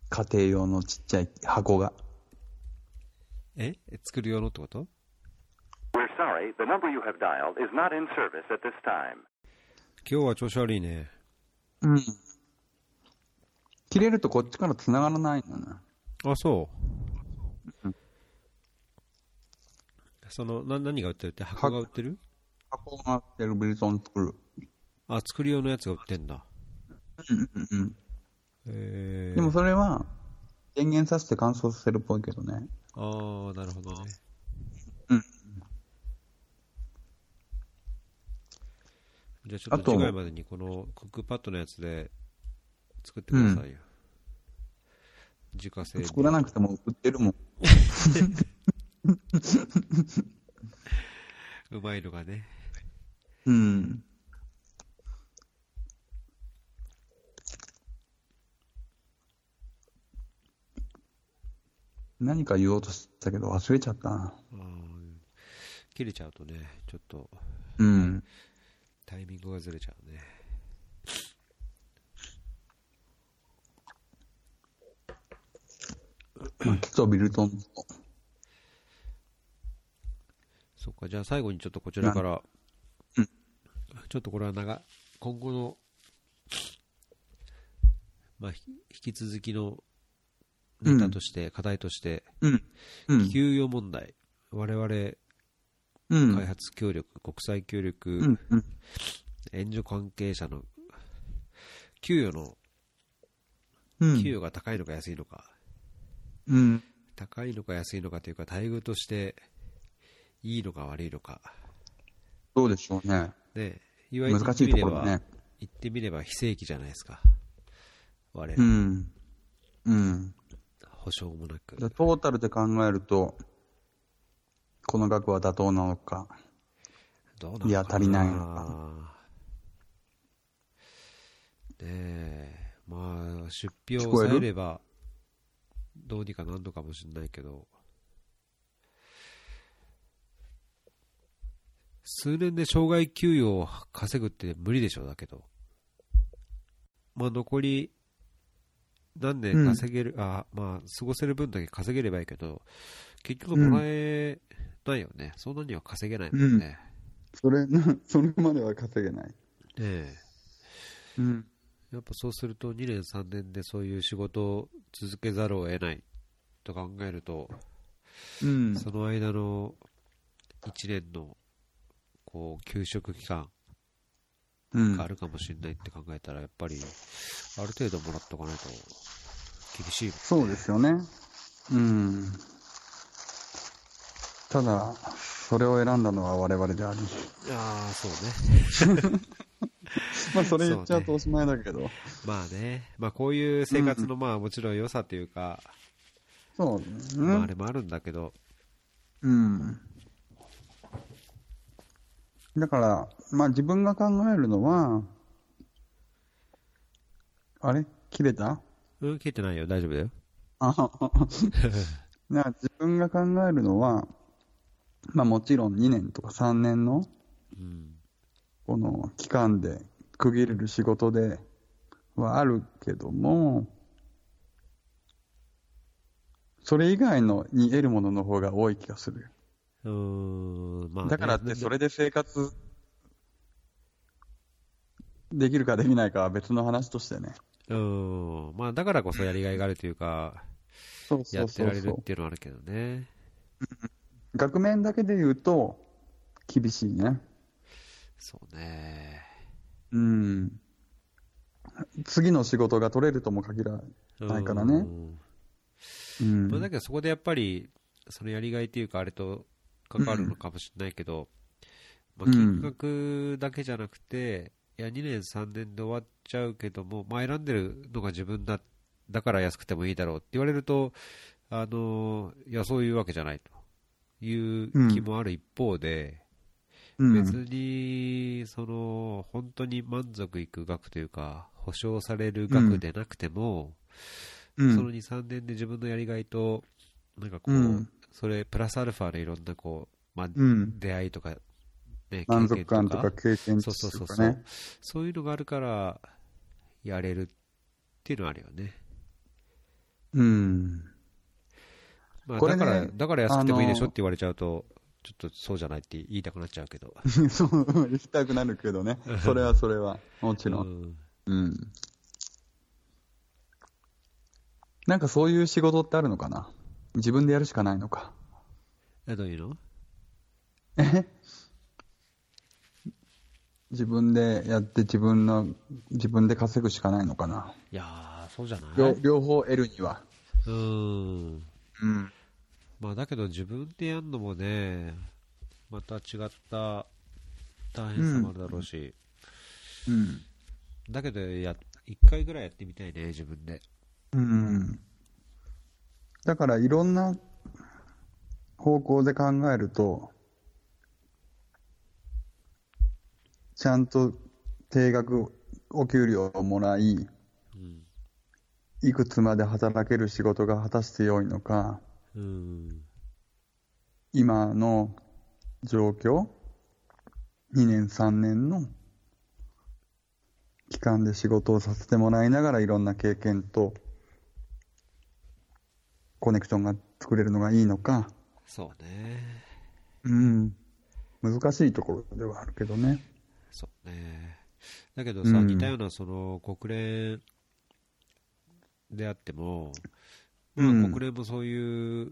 [SPEAKER 2] 家庭用のちっちゃい箱が。
[SPEAKER 1] え作る用のってこと
[SPEAKER 4] We're sorry, the number you have dialed is not in service at this time.
[SPEAKER 1] 今日は調子悪いね。
[SPEAKER 2] うん。切れるとこっちから繋がらないのね。
[SPEAKER 1] あ、そう。その、な、何が売ってるって箱が売ってる
[SPEAKER 2] 箱があってるビルソン作る。
[SPEAKER 1] あ、作り用のやつが売ってんだ。
[SPEAKER 2] うんうん。
[SPEAKER 1] え
[SPEAKER 2] でもそれは、電源させて乾燥させるっぽいけどね。
[SPEAKER 1] ー、ああ、なるほどね。
[SPEAKER 2] うん。
[SPEAKER 1] じゃあちょっ
[SPEAKER 2] あ
[SPEAKER 1] と
[SPEAKER 2] と
[SPEAKER 1] 次回までにこのクックパッドのやつで作ってくださいよ。自家製で。
[SPEAKER 2] 作らなくても売ってるもん。
[SPEAKER 1] うまいのがね。
[SPEAKER 2] うん。何か言おうとしたけど忘れちゃったな。
[SPEAKER 1] あー切れちゃうとね、ちょっと
[SPEAKER 2] うん。
[SPEAKER 1] タイミングがずれちゃうね。
[SPEAKER 2] まあ、基礎ビルトン。
[SPEAKER 1] そっか、じゃあ最後にちょっとこちらから、ちょっとこれは長い、今後の、まあ、ひ引き続きのネタとして、課題として、
[SPEAKER 2] うん。うん。
[SPEAKER 1] 給与問題、我々
[SPEAKER 2] うん。
[SPEAKER 1] 開発協力、国際協力、
[SPEAKER 2] うん。うん。
[SPEAKER 1] 援助関係者の給与の、
[SPEAKER 2] うん。
[SPEAKER 1] 給与が高いのか安いのか、
[SPEAKER 2] うん。
[SPEAKER 1] 高いのか安いのかというか、待遇としていいのか悪いのか、
[SPEAKER 2] どうでしょうね。
[SPEAKER 1] ね、いわゆる言
[SPEAKER 2] 難
[SPEAKER 1] っ
[SPEAKER 2] してい
[SPEAKER 1] み
[SPEAKER 2] と
[SPEAKER 1] れ
[SPEAKER 2] ころ
[SPEAKER 1] ば、
[SPEAKER 2] だね。
[SPEAKER 1] 言ってみれば非正規じゃないですか。我
[SPEAKER 2] う
[SPEAKER 1] 々、
[SPEAKER 2] ん。うん。
[SPEAKER 1] 保証もなく
[SPEAKER 2] じゃ。あトータルで考えると、この額は妥当なのか。
[SPEAKER 1] どうなのか
[SPEAKER 2] いや足りないの
[SPEAKER 1] ねえ、まあ、出費を
[SPEAKER 2] 聞こえる
[SPEAKER 1] 抑えれば、どうにかなんのかもしれないけど、数年で障害給与を稼ぐって無理でしょう、だけど。まあ、残り、何年稼げる、あ、まあ、過ごせる分だけ稼げればいいけど、結局もらえないよね。そんなには稼げないもんね。
[SPEAKER 2] それ、なそれまでは稼げない。
[SPEAKER 1] え
[SPEAKER 2] うん。
[SPEAKER 1] え、やっぱそうすると2年3年でそういう仕事を続けざるを得ないと考えると、
[SPEAKER 2] うん。
[SPEAKER 1] その間の1年のこう休職期間
[SPEAKER 2] うん
[SPEAKER 1] があるかもしれないって考えたら、やっぱりある程度もらっとかないと厳しいもん
[SPEAKER 2] そうですよね。うん。ただ、それを選んだのは我々であり。
[SPEAKER 1] ああ、そうね。
[SPEAKER 2] まあ、それ言っちゃうとおしまいだけど。
[SPEAKER 1] まあね、まあこういう生活のまあもちろん良さというか、
[SPEAKER 2] そう
[SPEAKER 1] まああ
[SPEAKER 2] ね。
[SPEAKER 1] れもあるんだけど、
[SPEAKER 2] うん。だから、まあ自分が考えるのは、あれ切れた
[SPEAKER 1] うん、切れてないよ、大丈夫だよ。
[SPEAKER 2] あな自分が考えるのは、まあもちろん2年とか3年の
[SPEAKER 1] うん、
[SPEAKER 2] この期間で区切れる仕事ではあるけども、それ以外のに得るものの方が多い気がする。
[SPEAKER 1] うーん、まあね、
[SPEAKER 2] だからって、それで生活できるかできないかは別の話としてね。
[SPEAKER 1] うん、まあだからこそやりがいがあるというか、
[SPEAKER 2] そう
[SPEAKER 1] や
[SPEAKER 2] そう
[SPEAKER 1] って
[SPEAKER 2] そ
[SPEAKER 1] ら
[SPEAKER 2] う
[SPEAKER 1] れるっ
[SPEAKER 2] そ
[SPEAKER 1] ていうのはあるけどね。
[SPEAKER 2] う。額面だけで言うと、厳しいね。
[SPEAKER 1] そうね。
[SPEAKER 2] うん。次の仕事が取れるとも限らないからね。
[SPEAKER 1] うん
[SPEAKER 2] うん。
[SPEAKER 1] まあ、だけどそこでやっぱり、そのやりがいっていうか、あれと関わるのかもしれないけど、まあ、
[SPEAKER 2] うん
[SPEAKER 1] 金額だけじゃなくて、いや、2年、3年で終わっちゃうけども、まあ、選んでるのが自分だだから安くてもいいだろうって言われると、あのいや、そういうわけじゃないという気もある一方で、
[SPEAKER 2] うん
[SPEAKER 1] 別に、その、本当に満足いく額というか、保証される額でなくても、
[SPEAKER 2] うん
[SPEAKER 1] その2、3年で自分のやりがいと、なんかこう、
[SPEAKER 2] うん
[SPEAKER 1] それプラスアルファでいろんなこう、まあ、
[SPEAKER 2] うん
[SPEAKER 1] 出会いとか、ね、
[SPEAKER 2] 満足感と
[SPEAKER 1] 経
[SPEAKER 2] か
[SPEAKER 1] 験
[SPEAKER 2] 経験値
[SPEAKER 1] そ
[SPEAKER 2] とかね。
[SPEAKER 1] うそうそうそう、そういうのがあるから、やれるっていうのはあるよね。
[SPEAKER 2] うん。
[SPEAKER 1] まあ、
[SPEAKER 2] これ
[SPEAKER 1] だ
[SPEAKER 2] ね
[SPEAKER 1] から、だから安くてもいいでし
[SPEAKER 2] あ
[SPEAKER 1] ょっ
[SPEAKER 2] の
[SPEAKER 1] て言われちゃうと、ちょっとそうじゃないって言いたくなっちゃうけど。
[SPEAKER 2] そう、行きたくなるけどね。それはそれは。もちろん。
[SPEAKER 1] うん
[SPEAKER 2] うん。なんかそういう仕事ってあるのかな自分でやるしかないのか。
[SPEAKER 1] えどういうの
[SPEAKER 2] 自分でやって自分の、自分で稼ぐしかないのかな。
[SPEAKER 1] いやー、そうじゃない、
[SPEAKER 2] 両両方得るには。
[SPEAKER 1] うん。
[SPEAKER 2] うん。
[SPEAKER 1] まあだけど自分でやるのもね、また違った大変さもあるだろうし、
[SPEAKER 2] うん。
[SPEAKER 1] だけどや、一回ぐらいやってみたいね、自分で。
[SPEAKER 2] うん。だからいろんな方向で考えると、ちゃんと定額お給料をもらい、
[SPEAKER 1] うん。
[SPEAKER 2] いくつまで働ける仕事が果たして良いのか、
[SPEAKER 1] うん。
[SPEAKER 2] 今の状況、2年3年の期間で仕事をさせてもらいながらいろんな経験とコネクションが作れるのがいいのか、
[SPEAKER 1] そうね。
[SPEAKER 2] うん、難しいところではあるけどね。
[SPEAKER 1] そうね。だけどさ、
[SPEAKER 2] うん
[SPEAKER 1] 似たようなその国連であっても、
[SPEAKER 2] う
[SPEAKER 1] まあ
[SPEAKER 2] ん
[SPEAKER 1] 国連もそういう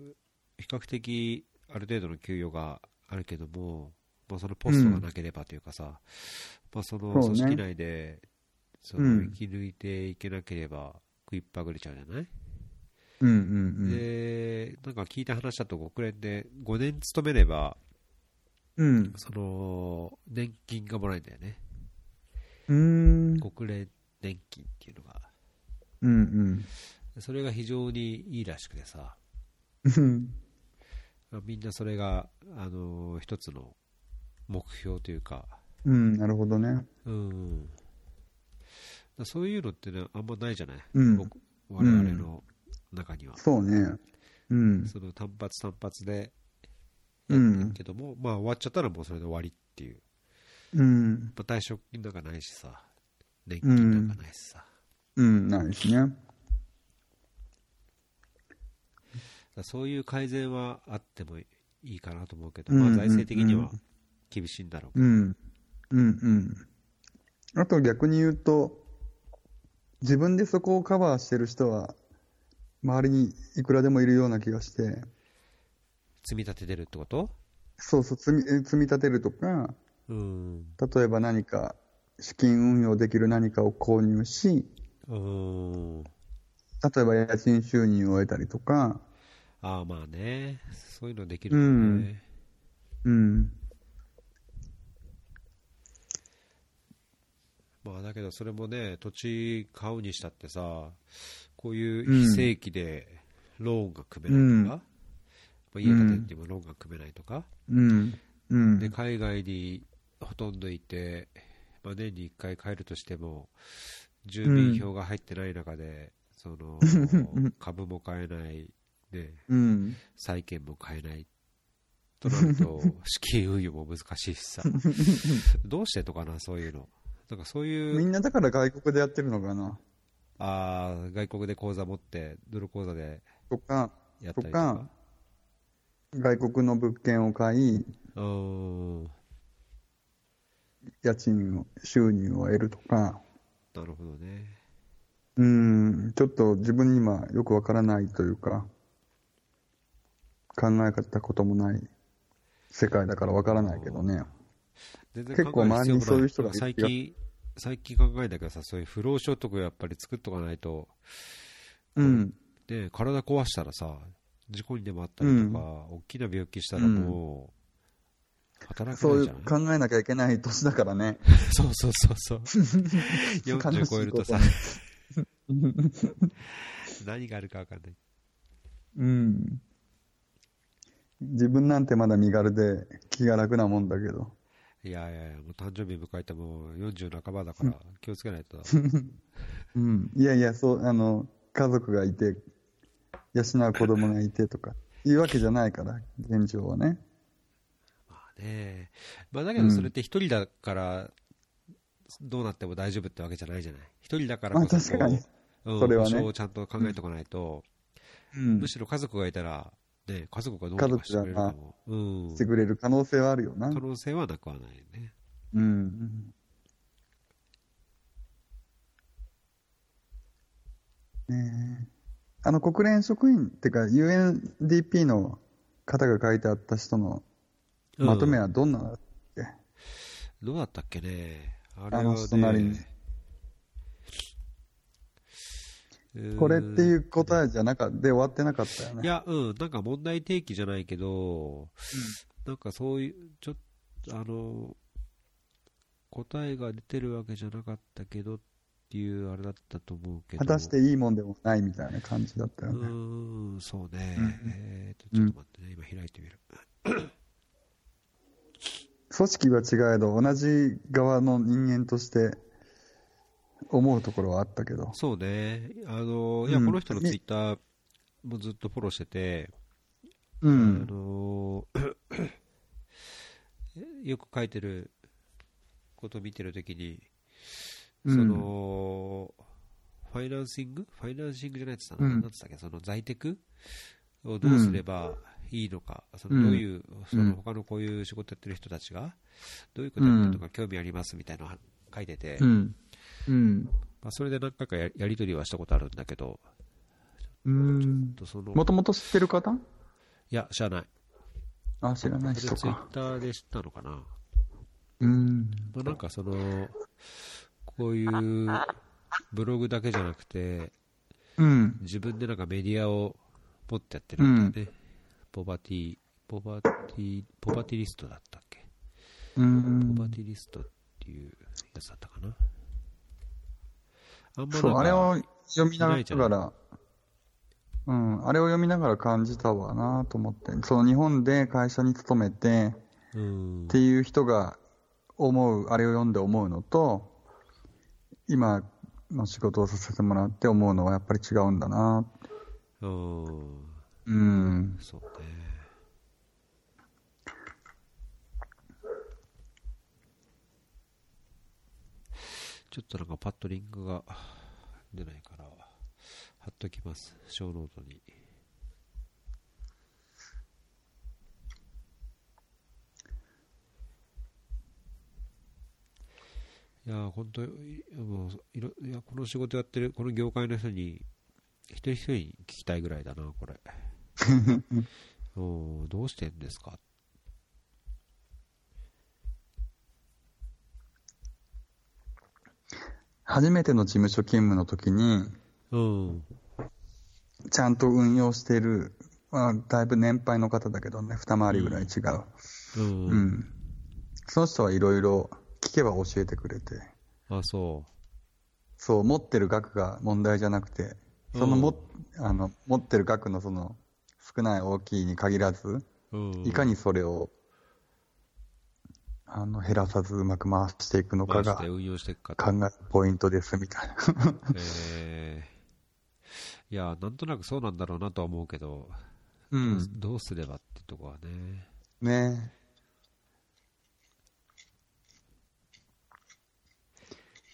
[SPEAKER 1] 比較的ある程度の給与があるけども、まあ、そのポストがなければというかさ、まあ、その
[SPEAKER 2] そうね
[SPEAKER 1] 組織内でそうの
[SPEAKER 2] ん
[SPEAKER 1] 生き抜いていけなければ食いっぱぐれちゃうじゃない、
[SPEAKER 2] うんうん
[SPEAKER 1] でなんか聞いた話だと国連で5年勤めれば
[SPEAKER 2] うん。
[SPEAKER 1] その年金がもらえるんだよね
[SPEAKER 2] うん。うん
[SPEAKER 1] 国連年金っていうのが
[SPEAKER 2] うん
[SPEAKER 1] それが非常にいいらしくてさ
[SPEAKER 2] うん。
[SPEAKER 1] まあみんなそれが、あのー一つの目標というか、
[SPEAKER 2] うん、 なるほどね。
[SPEAKER 1] うん、だそういうのって、ね、あんまないじゃない、
[SPEAKER 2] うん
[SPEAKER 1] 僕我々の中には、
[SPEAKER 2] そうね。うん。
[SPEAKER 1] その単発単発で
[SPEAKER 2] うん。
[SPEAKER 1] けども、まあ、終わっちゃったらもうそれで終わりっていう、
[SPEAKER 2] うん。
[SPEAKER 1] まあ、退職金なんかないしさ年金なんかないしさ、
[SPEAKER 2] うん、ないですね。
[SPEAKER 1] だそういう改善はあってもいいかなと思うけど、
[SPEAKER 2] うん
[SPEAKER 1] まあ、財政的には
[SPEAKER 2] う
[SPEAKER 1] 厳しいんだろうけど
[SPEAKER 2] うん。うんうん。あと逆に言うと、自分でそこをカバーしてる人は、周りにいくらでもいるような気がして、
[SPEAKER 1] 積み立ててるってこと
[SPEAKER 2] そうそう、積みえ積み立てるとか、
[SPEAKER 1] うん
[SPEAKER 2] 例えば何か、資金運用できる何かを購入し、
[SPEAKER 1] うん
[SPEAKER 2] 例えば家賃収入を得たりとか、
[SPEAKER 1] ああまあねそういうのできるもんね、
[SPEAKER 2] うん、
[SPEAKER 1] まあだけどそれもね土地買うにしたってさこういう非正規でローンが組めないとか、ま
[SPEAKER 2] う
[SPEAKER 1] あ、
[SPEAKER 2] ん
[SPEAKER 1] 家建ててもローンが組めないとか、
[SPEAKER 2] うん、うん、
[SPEAKER 1] で海外にほとんどいて、まあ、年に1回帰るとしても住民票が入ってない中で、そ の株も買えない、ね、
[SPEAKER 2] うん、
[SPEAKER 1] 債券も買えないとなる と資金運用も難しいしさどうしてとかなそういうのなんかそう
[SPEAKER 2] み
[SPEAKER 1] いうん
[SPEAKER 2] なだから外国でやってるのかな、
[SPEAKER 1] あー外国で口座持ってドル口座で
[SPEAKER 2] とか、
[SPEAKER 1] やった
[SPEAKER 2] と
[SPEAKER 1] りと
[SPEAKER 2] か
[SPEAKER 1] か、
[SPEAKER 2] 外国の物件を買い、
[SPEAKER 1] うーん
[SPEAKER 2] 家賃を収入を得るとか、
[SPEAKER 1] なるほどね
[SPEAKER 2] うーん、ちょっと自分に今よくわからないというか、考えたこともない世界だからわからないけどね。
[SPEAKER 1] 全然
[SPEAKER 2] 結
[SPEAKER 1] 考える必要
[SPEAKER 2] 構
[SPEAKER 1] もな
[SPEAKER 2] 周りにそういう人がいる
[SPEAKER 1] 最近、最近考えたけどさ、そういう不労所得をやっぱり作っとかないと、
[SPEAKER 2] うん。
[SPEAKER 1] で、体壊したらさ、事故にでもあったりとか、大きな病気したらもう、働け
[SPEAKER 2] そ
[SPEAKER 1] な
[SPEAKER 2] う
[SPEAKER 1] い
[SPEAKER 2] い
[SPEAKER 1] じ
[SPEAKER 2] う
[SPEAKER 1] ゃない
[SPEAKER 2] 考えなきゃいけない年だか らね。
[SPEAKER 1] そうそうそうそう。40超えるとさ
[SPEAKER 2] 悲、
[SPEAKER 1] 何があるか分かんない。
[SPEAKER 2] うん。自分なんてまだ身軽で気が楽なもんだけど。
[SPEAKER 1] いやいやいや、もう誕生日迎えてもう40半ばだから気をつけないとだ。
[SPEAKER 2] うん。いやいや、そう、あの、家族がいて、養う子供がいてとか、いうわけじゃないから、現状はね。
[SPEAKER 1] まあね、まあだけどそれって一人だからどうなっても大丈夫ってわけじゃないじゃない。一人だからこそ
[SPEAKER 2] まあ確かに
[SPEAKER 1] こう、うん、
[SPEAKER 2] それは
[SPEAKER 1] 保
[SPEAKER 2] ね
[SPEAKER 1] 障をちゃんと考えておかないと、
[SPEAKER 2] うん
[SPEAKER 1] む。しろ家族がいたら、ね、家族がどうにかしてくれるかも。うん。
[SPEAKER 2] してくれる可能性はあるよな
[SPEAKER 1] 可。能性はなくはないね。
[SPEAKER 2] うん。ねえ。あの、国連職員ってか、UNDP の方が書いてあった人の
[SPEAKER 1] うん
[SPEAKER 2] まとめはどんなのだっけ、
[SPEAKER 1] どうだったっけね。あれ
[SPEAKER 2] あ
[SPEAKER 1] は、ね、
[SPEAKER 2] の人なりに。これっていう答えじゃなかで終わってなかったよね。
[SPEAKER 1] いや、うん、なんか問題提起じゃないけど、なんかそういう、ちょっと、あの、答えが出てるわけじゃなかったけどっていうあれだったと思うけど。
[SPEAKER 2] 果たしていいもんでもないみたいな感じだった
[SPEAKER 1] う
[SPEAKER 2] よね。
[SPEAKER 1] ーん、そうね。えーと、ち
[SPEAKER 2] う
[SPEAKER 1] ょ
[SPEAKER 2] ん
[SPEAKER 1] っと待ってね、今開いてみる。
[SPEAKER 2] 組織は違えど、同じ側の人間として思うところはあったけど。
[SPEAKER 1] そうね。あの、いや、
[SPEAKER 2] うん
[SPEAKER 1] この人のツイッターもずっとフォローしてて、
[SPEAKER 2] う
[SPEAKER 1] あ
[SPEAKER 2] ん。
[SPEAKER 1] の、 よく書いてること見てるときに、
[SPEAKER 2] うん
[SPEAKER 1] その、ファイナンシングファイナンシングじゃないって言ったの、
[SPEAKER 2] うん
[SPEAKER 1] なんつったっけその在宅をどうすればいいのか、そのどういう、その他のこういう仕事やってる人たちが、どういうことやってるのか興味ありますみたいなのを書いてて、
[SPEAKER 2] ん。うん。
[SPEAKER 1] まあ、それで何回かややり取りはしたことあるんだけど、
[SPEAKER 2] うん。
[SPEAKER 1] その
[SPEAKER 2] もともと知ってる方
[SPEAKER 1] いや、知らない。
[SPEAKER 2] あ、知らない
[SPEAKER 1] ツイ
[SPEAKER 2] 人
[SPEAKER 1] ッ
[SPEAKER 2] か。
[SPEAKER 1] ターで知ったのかな。
[SPEAKER 2] うん。
[SPEAKER 1] まあ、なんかその、こういうブログだけじゃなくて、
[SPEAKER 2] うん。
[SPEAKER 1] 自分でなんかメディアを持ってやってるんだよね。ポバティ、ポバティ、ポバティリストだったっけ、
[SPEAKER 2] う
[SPEAKER 1] ポバ
[SPEAKER 2] ん。
[SPEAKER 1] ティリストっていうやつだったかな。あんまなん
[SPEAKER 2] そう、
[SPEAKER 1] か
[SPEAKER 2] あれを読みな
[SPEAKER 1] ないじゃな
[SPEAKER 2] がら、うん、あれを読みながら感じたわなと思って、その日本で会社に勤めて
[SPEAKER 1] うん
[SPEAKER 2] っていう人が思う、あれを読んで思うのと、今の仕事をさせてもらって思うのはやっぱり違うんだな
[SPEAKER 1] うん、
[SPEAKER 2] うん。
[SPEAKER 1] そうね。ちょっとなんかパッとリンクが出ないから、貼っときます。小ノートに。いやー本当にもういろいやこの仕事やってるこの業界の人に一人一人に聞きたいぐらいだなこれおーどうしてんですか
[SPEAKER 2] 初めての事務所勤務の時に、
[SPEAKER 1] うん
[SPEAKER 2] ちゃんと運用している、まあ、だいぶ年配の方だけどね、二回りぐらい違う。
[SPEAKER 1] うん、
[SPEAKER 2] うん。その人はいろいろ聞けば教えてくれて、
[SPEAKER 1] あそ
[SPEAKER 2] そう、持ってる額が問題じゃなくて、そのも、あの持ってる額のその少ない大きいに限らず、
[SPEAKER 1] う、うん、
[SPEAKER 2] いかにそれを、あの減らさずうまく回していくのか
[SPEAKER 1] 回
[SPEAKER 2] が
[SPEAKER 1] して
[SPEAKER 2] 考
[SPEAKER 1] 運用していくか と、
[SPEAKER 2] えるポイントですみたい な。
[SPEAKER 1] えーいやなんとなくそうなんだろうなとは思うけど、
[SPEAKER 2] う。
[SPEAKER 1] どうんどうすればってとこはね
[SPEAKER 2] ね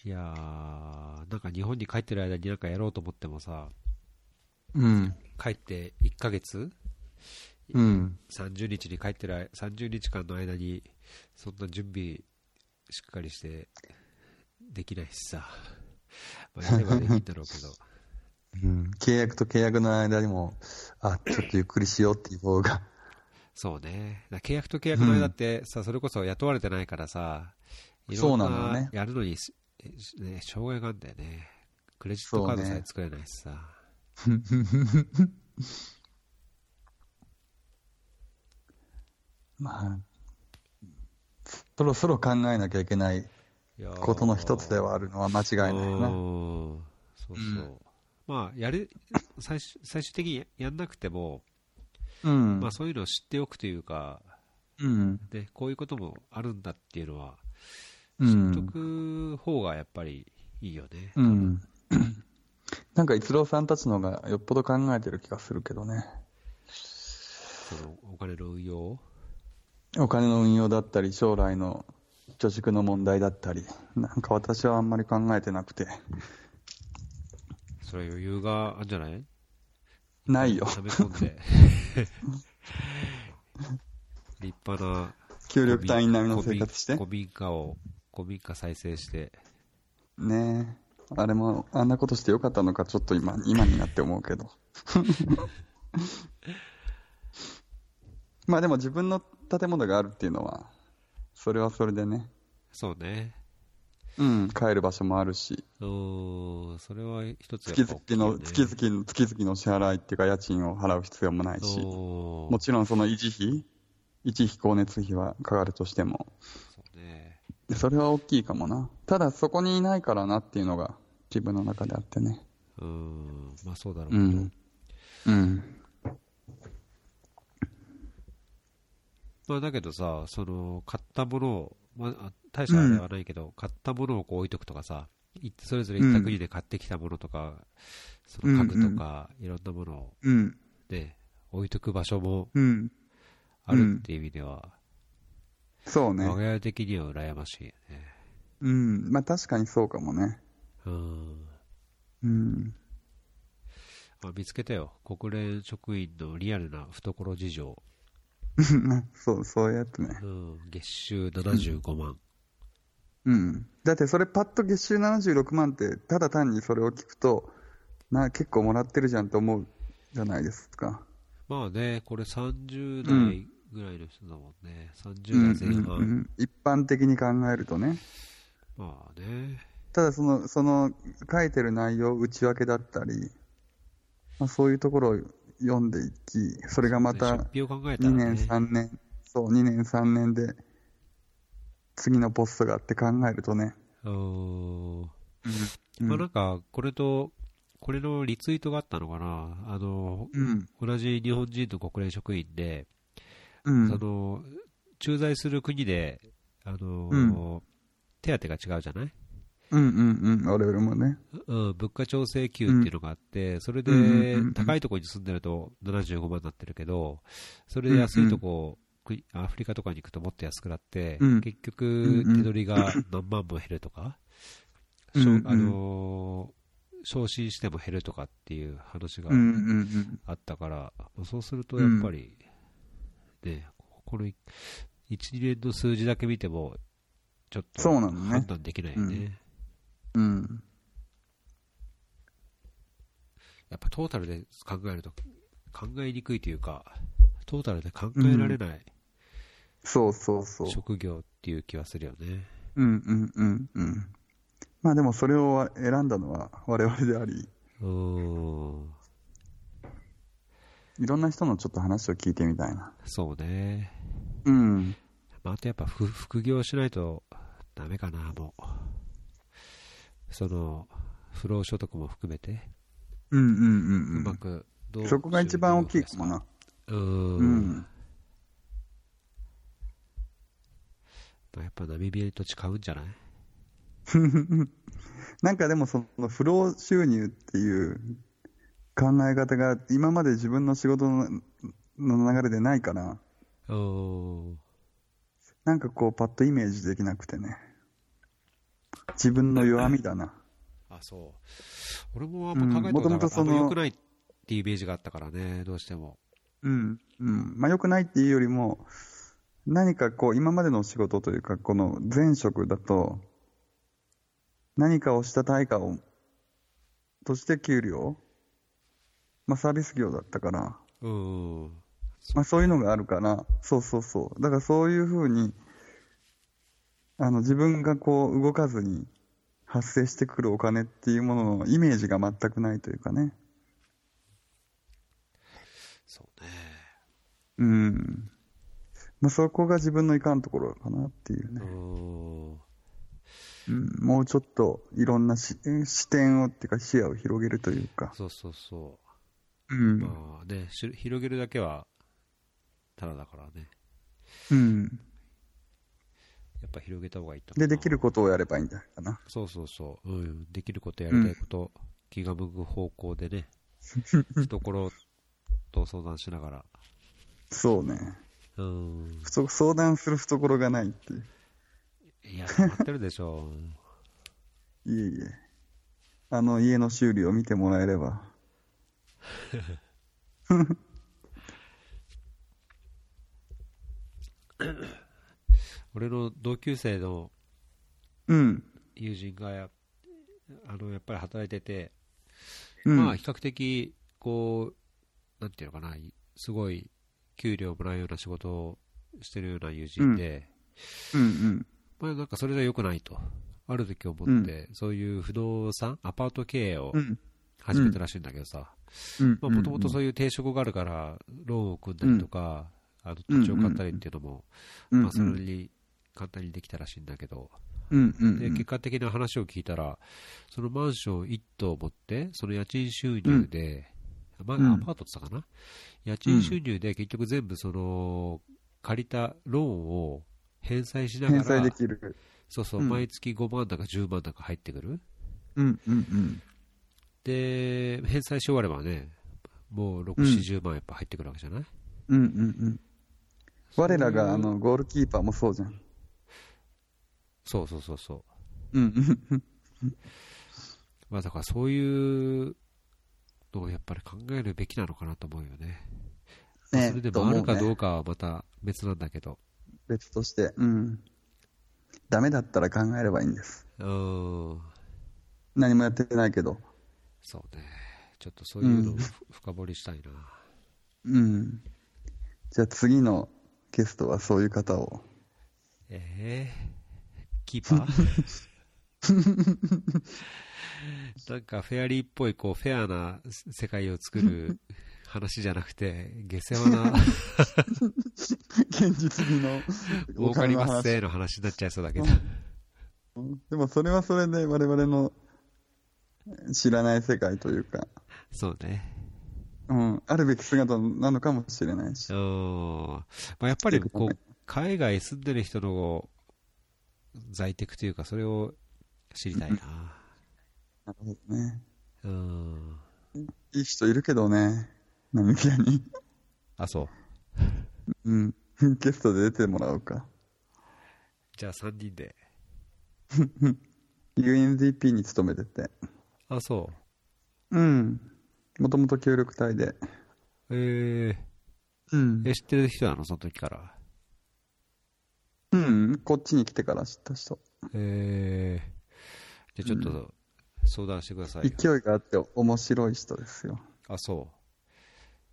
[SPEAKER 1] いやーなんか日本に帰ってる間になんかやろうと思ってもさ
[SPEAKER 2] うん。
[SPEAKER 1] 帰って1ヶ月
[SPEAKER 2] うん。
[SPEAKER 1] 30日に帰ってる間30日間の間にそんな準備しっかりしてできないしさ、まあ、やればできるんだろうけ ど
[SPEAKER 2] うん、契約と契約の間にも、あ、ちょっとゆっくりしようっていう方が
[SPEAKER 1] そうね。だ契約と契約の間ってさ、それこそ雇われてないからさ、い
[SPEAKER 2] そ
[SPEAKER 1] ろ
[SPEAKER 2] うんなの
[SPEAKER 1] な
[SPEAKER 2] ね
[SPEAKER 1] やるのにし、ね、障害があるんだよね。クレジットカード
[SPEAKER 2] そう
[SPEAKER 1] さ
[SPEAKER 2] ね
[SPEAKER 1] え作れないしさ。
[SPEAKER 2] まあ、そろそろ考えなきゃいけない
[SPEAKER 1] いやー
[SPEAKER 2] ことの一つではあるのは間違いないよ
[SPEAKER 1] う
[SPEAKER 2] な。
[SPEAKER 1] んそうそう。
[SPEAKER 2] うん
[SPEAKER 1] まあ、やる、最終最終的にやんなくても、
[SPEAKER 2] うん。
[SPEAKER 1] まあそういうのを知っておくというか、
[SPEAKER 2] うん。
[SPEAKER 1] ね、こういうこともあるんだっていうのは、
[SPEAKER 2] う
[SPEAKER 1] 知
[SPEAKER 2] ん
[SPEAKER 1] っとく方がやっぱりいいよね。
[SPEAKER 2] うん。なんか、逸郎さんたちの方がよっぽど考えてる気がするけどね。
[SPEAKER 1] そのお金の運用を
[SPEAKER 2] お金の運用だったり、将来の貯蓄の問題だったり、なんか私はあんまり考えてなくて、
[SPEAKER 1] それは余裕があるんじゃない
[SPEAKER 2] ないよ。
[SPEAKER 1] 溜め込んで。 立派な
[SPEAKER 2] 協力隊員並みの生活して
[SPEAKER 1] 古。民古民家を、古民家再生して、
[SPEAKER 2] ねえ。あれも、あんなことしてよかったのか、ちょっと今、今になって思うけど。まあでも自分の建物があるっていうのは、それはそれでね、
[SPEAKER 1] そうね。
[SPEAKER 2] うん、帰る場所もあるし、
[SPEAKER 1] うーん、それは一つや
[SPEAKER 2] 月
[SPEAKER 1] っぱ大きい
[SPEAKER 2] 々
[SPEAKER 1] よ
[SPEAKER 2] の、
[SPEAKER 1] ね
[SPEAKER 2] 月々の、月々の支払いっていうか、家賃を払う必要もないし、
[SPEAKER 1] おー
[SPEAKER 2] もちろんその維持費、維持費、光熱費はかかるとしても、
[SPEAKER 1] そうね。
[SPEAKER 2] でそれは大きいかもな。ただそこにいないからなっていうのが自分の中であってね。
[SPEAKER 1] うーん、まあそうだろうけ
[SPEAKER 2] う
[SPEAKER 1] ど。
[SPEAKER 2] ん。うん。
[SPEAKER 1] まあだけどさ、その、買ったものを、まあ、あ大したあれはないけど、買ったものをこう置いとくとかさ、いそれぞれ行った国で買ってきたものとか、その家具とか、いろんなものを
[SPEAKER 2] うん。
[SPEAKER 1] ね、置いとく場所も
[SPEAKER 2] うん。
[SPEAKER 1] あるっていう意味では、
[SPEAKER 2] そうね
[SPEAKER 1] 我。が家的には羨ましいよね。
[SPEAKER 2] うん。まあ確かにそうかもね。
[SPEAKER 1] うん。
[SPEAKER 2] うん。
[SPEAKER 1] あ見つけたよ。国連職員のリアルな懐事情。
[SPEAKER 2] そう、そうやってね
[SPEAKER 1] う。ん。月収75万。
[SPEAKER 2] うん。だってそれパッと月収76万って、ただ単にそれを聞くと、な、結構もらってるじゃんと思うじゃないですか。
[SPEAKER 1] まあね、これ30
[SPEAKER 2] う
[SPEAKER 1] 代
[SPEAKER 2] ん
[SPEAKER 1] ぐらいの人だもんね。
[SPEAKER 2] うん
[SPEAKER 1] 30
[SPEAKER 2] う
[SPEAKER 1] 代前
[SPEAKER 2] んう
[SPEAKER 1] 半。
[SPEAKER 2] ん。一般的に考えるとね。
[SPEAKER 1] まあね。
[SPEAKER 2] ただその、その書いてる内容、内訳だったり、まあ、そういうところを読んでいき、それがまた
[SPEAKER 1] 出費を考えた
[SPEAKER 2] 2
[SPEAKER 1] ら
[SPEAKER 2] 年、
[SPEAKER 1] ね。
[SPEAKER 2] 3年、そう、2年、3年で、次のポストがあって考えるとね、
[SPEAKER 1] うん
[SPEAKER 2] うん
[SPEAKER 1] まあなんか、これと、これのリツイートがあったのかな。あの、
[SPEAKER 2] うん、
[SPEAKER 1] 同じ日本人の国連職員で、
[SPEAKER 2] うん、
[SPEAKER 1] あの駐在する国で、あの
[SPEAKER 2] うん
[SPEAKER 1] 手当が違うじゃない、
[SPEAKER 2] うん、うん、うん、我々もね、
[SPEAKER 1] うん、物価調整給っていうのがあって、それ
[SPEAKER 2] うんうん
[SPEAKER 1] で
[SPEAKER 2] うんうん
[SPEAKER 1] 高いところに住んでると75万になってるけど、それで安いとこ、国アフリカとかに行くともっと安くなって、
[SPEAKER 2] うん
[SPEAKER 1] 結
[SPEAKER 2] う
[SPEAKER 1] 局、
[SPEAKER 2] んうん
[SPEAKER 1] 手取りが何万も減るとか、
[SPEAKER 2] うんうん
[SPEAKER 1] しょあのー昇進しても減るとかっていう話が
[SPEAKER 2] うん、うん、
[SPEAKER 1] あったから、そうするとやっぱり、ね、この1、2年の数字だけ見ても、ちょっと
[SPEAKER 2] そうなのね
[SPEAKER 1] 判断できないよね。
[SPEAKER 2] うんうん、うん、
[SPEAKER 1] やっぱトータルで考えると、考えにくいというか、トータルで考えられない
[SPEAKER 2] そうそうそう、
[SPEAKER 1] 職業っていう気はするよね。
[SPEAKER 2] うん、うん、うん、うん。まあでもそれを選んだのは我々であり、
[SPEAKER 1] うーん、
[SPEAKER 2] いろんな人のちょっと話を聞いてみたいな。
[SPEAKER 1] そうね。
[SPEAKER 2] うん。
[SPEAKER 1] まあ、あとやっぱ副副業しないとダメかな、もう。その、不労所得も含めて、
[SPEAKER 2] うん
[SPEAKER 1] う
[SPEAKER 2] うんうん
[SPEAKER 1] まくど
[SPEAKER 2] う。
[SPEAKER 1] うん
[SPEAKER 2] そこが一番大きいかもな。
[SPEAKER 1] 収入を増やすか。う
[SPEAKER 2] う
[SPEAKER 1] ーん
[SPEAKER 2] ん。
[SPEAKER 1] まあやっぱナミビアと違うんじゃない
[SPEAKER 2] なんかでもその不労収入っていう考え方が今まで自分の仕事のの流れでないから、
[SPEAKER 1] うーん
[SPEAKER 2] なんかこうパッとイメージできなくてね。自分の弱みだな。
[SPEAKER 1] あ、そう。俺もあんま考えたこと
[SPEAKER 2] う
[SPEAKER 1] なか
[SPEAKER 2] ん元々
[SPEAKER 1] った。
[SPEAKER 2] そ
[SPEAKER 1] あん
[SPEAKER 2] の
[SPEAKER 1] ま良くないっていうイメージがあったからね、どうしても。
[SPEAKER 2] うん。うん。まあ良くないっていうよりも、何かこう今までの仕事というか、この前職だと、何かをした対価を、として給料まあサービス業だったから、
[SPEAKER 1] うーん。
[SPEAKER 2] まあ、そういうのがあるから、そうそうそう。だからそういうふうに、あの、自分がこう動かずに発生してくるお金っていうもののイメージが全くないというかね。
[SPEAKER 1] そうね。
[SPEAKER 2] うん。まあ、そこが自分のいかんところかなっていう
[SPEAKER 1] う
[SPEAKER 2] ね。
[SPEAKER 1] ーん。
[SPEAKER 2] うん、もうちょっといろんなし視点をっていうか視野を広げるというか。
[SPEAKER 1] そうそうそうう。
[SPEAKER 2] ん。
[SPEAKER 1] まあね、し広げるだけは、ただだからね。
[SPEAKER 2] うん。
[SPEAKER 1] やっぱ広げた方がいいと思
[SPEAKER 2] で、
[SPEAKER 1] う
[SPEAKER 2] できることをやればいいんじゃないかな。
[SPEAKER 1] そうそうそう、うん、できることやりたいこと、気が向く方向で ね、懐と相談しながら、
[SPEAKER 2] そうね。
[SPEAKER 1] うん、
[SPEAKER 2] ふと相談する懐がないっていう。
[SPEAKER 1] いや、待ってるでしょ
[SPEAKER 2] いえいえ。あの家の修理を見てもらえれば。
[SPEAKER 1] う、俺の同級生の
[SPEAKER 2] うん。
[SPEAKER 1] 友人が、あのやっぱり働いてて、
[SPEAKER 2] うん。
[SPEAKER 1] まあ、比較的、こう、なんていうのかな、いすごい給料もらうような仕事をしてるような友人で、
[SPEAKER 2] うんうん。
[SPEAKER 1] まあ、なんかそれじゃ良くないと、ある時思って、そういう不動産、アパート経営を
[SPEAKER 2] うん。
[SPEAKER 1] 始めたらしいんだけどさ。
[SPEAKER 2] うん。
[SPEAKER 1] もともと
[SPEAKER 2] う
[SPEAKER 1] そういう定職があるから、ローンを組んだりとか、あの土地を買ったりっていうのも、
[SPEAKER 2] うんうんうん
[SPEAKER 1] まあ、それに簡単にできたらしいんだけど、
[SPEAKER 2] うんうんうん。
[SPEAKER 1] で結果的な話を聞いたら、そのマンション1棟を持って、その家賃収入で、まあ、ア
[SPEAKER 2] うん
[SPEAKER 1] パートって言ったかな、家賃収入で結局全部、その借りたローンを返済しな
[SPEAKER 2] 返
[SPEAKER 1] が
[SPEAKER 2] 済
[SPEAKER 1] ら
[SPEAKER 2] で、きる。
[SPEAKER 1] そうそう、
[SPEAKER 2] うん
[SPEAKER 1] 毎月5万だか10万だか入ってくる。
[SPEAKER 2] うんうんうん。
[SPEAKER 1] で、返済し終わればね、もう6、
[SPEAKER 2] うん
[SPEAKER 1] 40万やっぱ入ってくるわけじゃない
[SPEAKER 2] うんうんうん。我ら
[SPEAKER 1] そういう
[SPEAKER 2] が、あの、ゴールキーパーもそうじゃん。
[SPEAKER 1] そうそうそうそう。
[SPEAKER 2] うんうん。
[SPEAKER 1] まあだからそういうのをやっぱり考えるべきなのかなと思うよね。まあ
[SPEAKER 2] ね
[SPEAKER 1] それで
[SPEAKER 2] と
[SPEAKER 1] もあ
[SPEAKER 2] 思
[SPEAKER 1] るかど
[SPEAKER 2] ね
[SPEAKER 1] うかはまた別なんだけど。
[SPEAKER 2] 別として。うん。ダメだったら考えればいいんです。
[SPEAKER 1] うーん。
[SPEAKER 2] 何もやってないけど。
[SPEAKER 1] そうね。ちょっとそういうのをふ 深掘りしたいな。
[SPEAKER 2] うん。じゃあ次のゲストはそういう方を。
[SPEAKER 1] ええキーパー なんかフェアリーっぽいこうフェアな世界を作 る話じゃなくて下世話 な
[SPEAKER 2] 現実味の
[SPEAKER 1] 儲
[SPEAKER 2] お
[SPEAKER 1] か
[SPEAKER 2] 金
[SPEAKER 1] り
[SPEAKER 2] の
[SPEAKER 1] ます
[SPEAKER 2] 話。
[SPEAKER 1] せの話になっちゃいそうだけど
[SPEAKER 2] でもそれはそれで我々の知らない世界というか、
[SPEAKER 1] そうね
[SPEAKER 2] うん、あるべき姿なのかもしれないし
[SPEAKER 1] う。んまあ、やっぱりこう海外住んでる人の在宅というか、それを知りたいな。
[SPEAKER 2] なるほどね。
[SPEAKER 1] うん。
[SPEAKER 2] いい人いるけどね、並木屋に。
[SPEAKER 1] あ、そう。
[SPEAKER 2] うん。ゲストで出てもらおうか。
[SPEAKER 1] じゃあ3人で。
[SPEAKER 2] UNDP に勤めてて。
[SPEAKER 1] あ、そ
[SPEAKER 2] うん。もともと協力隊で。
[SPEAKER 1] う。え
[SPEAKER 2] うん
[SPEAKER 1] ー、え、知ってる人なのその時から。
[SPEAKER 2] うん。こっちに来てから知った人。
[SPEAKER 1] えー、じゃあちょっと相談してくださいよ。
[SPEAKER 2] 勢いがあって面白い人ですよ。
[SPEAKER 1] あ、そ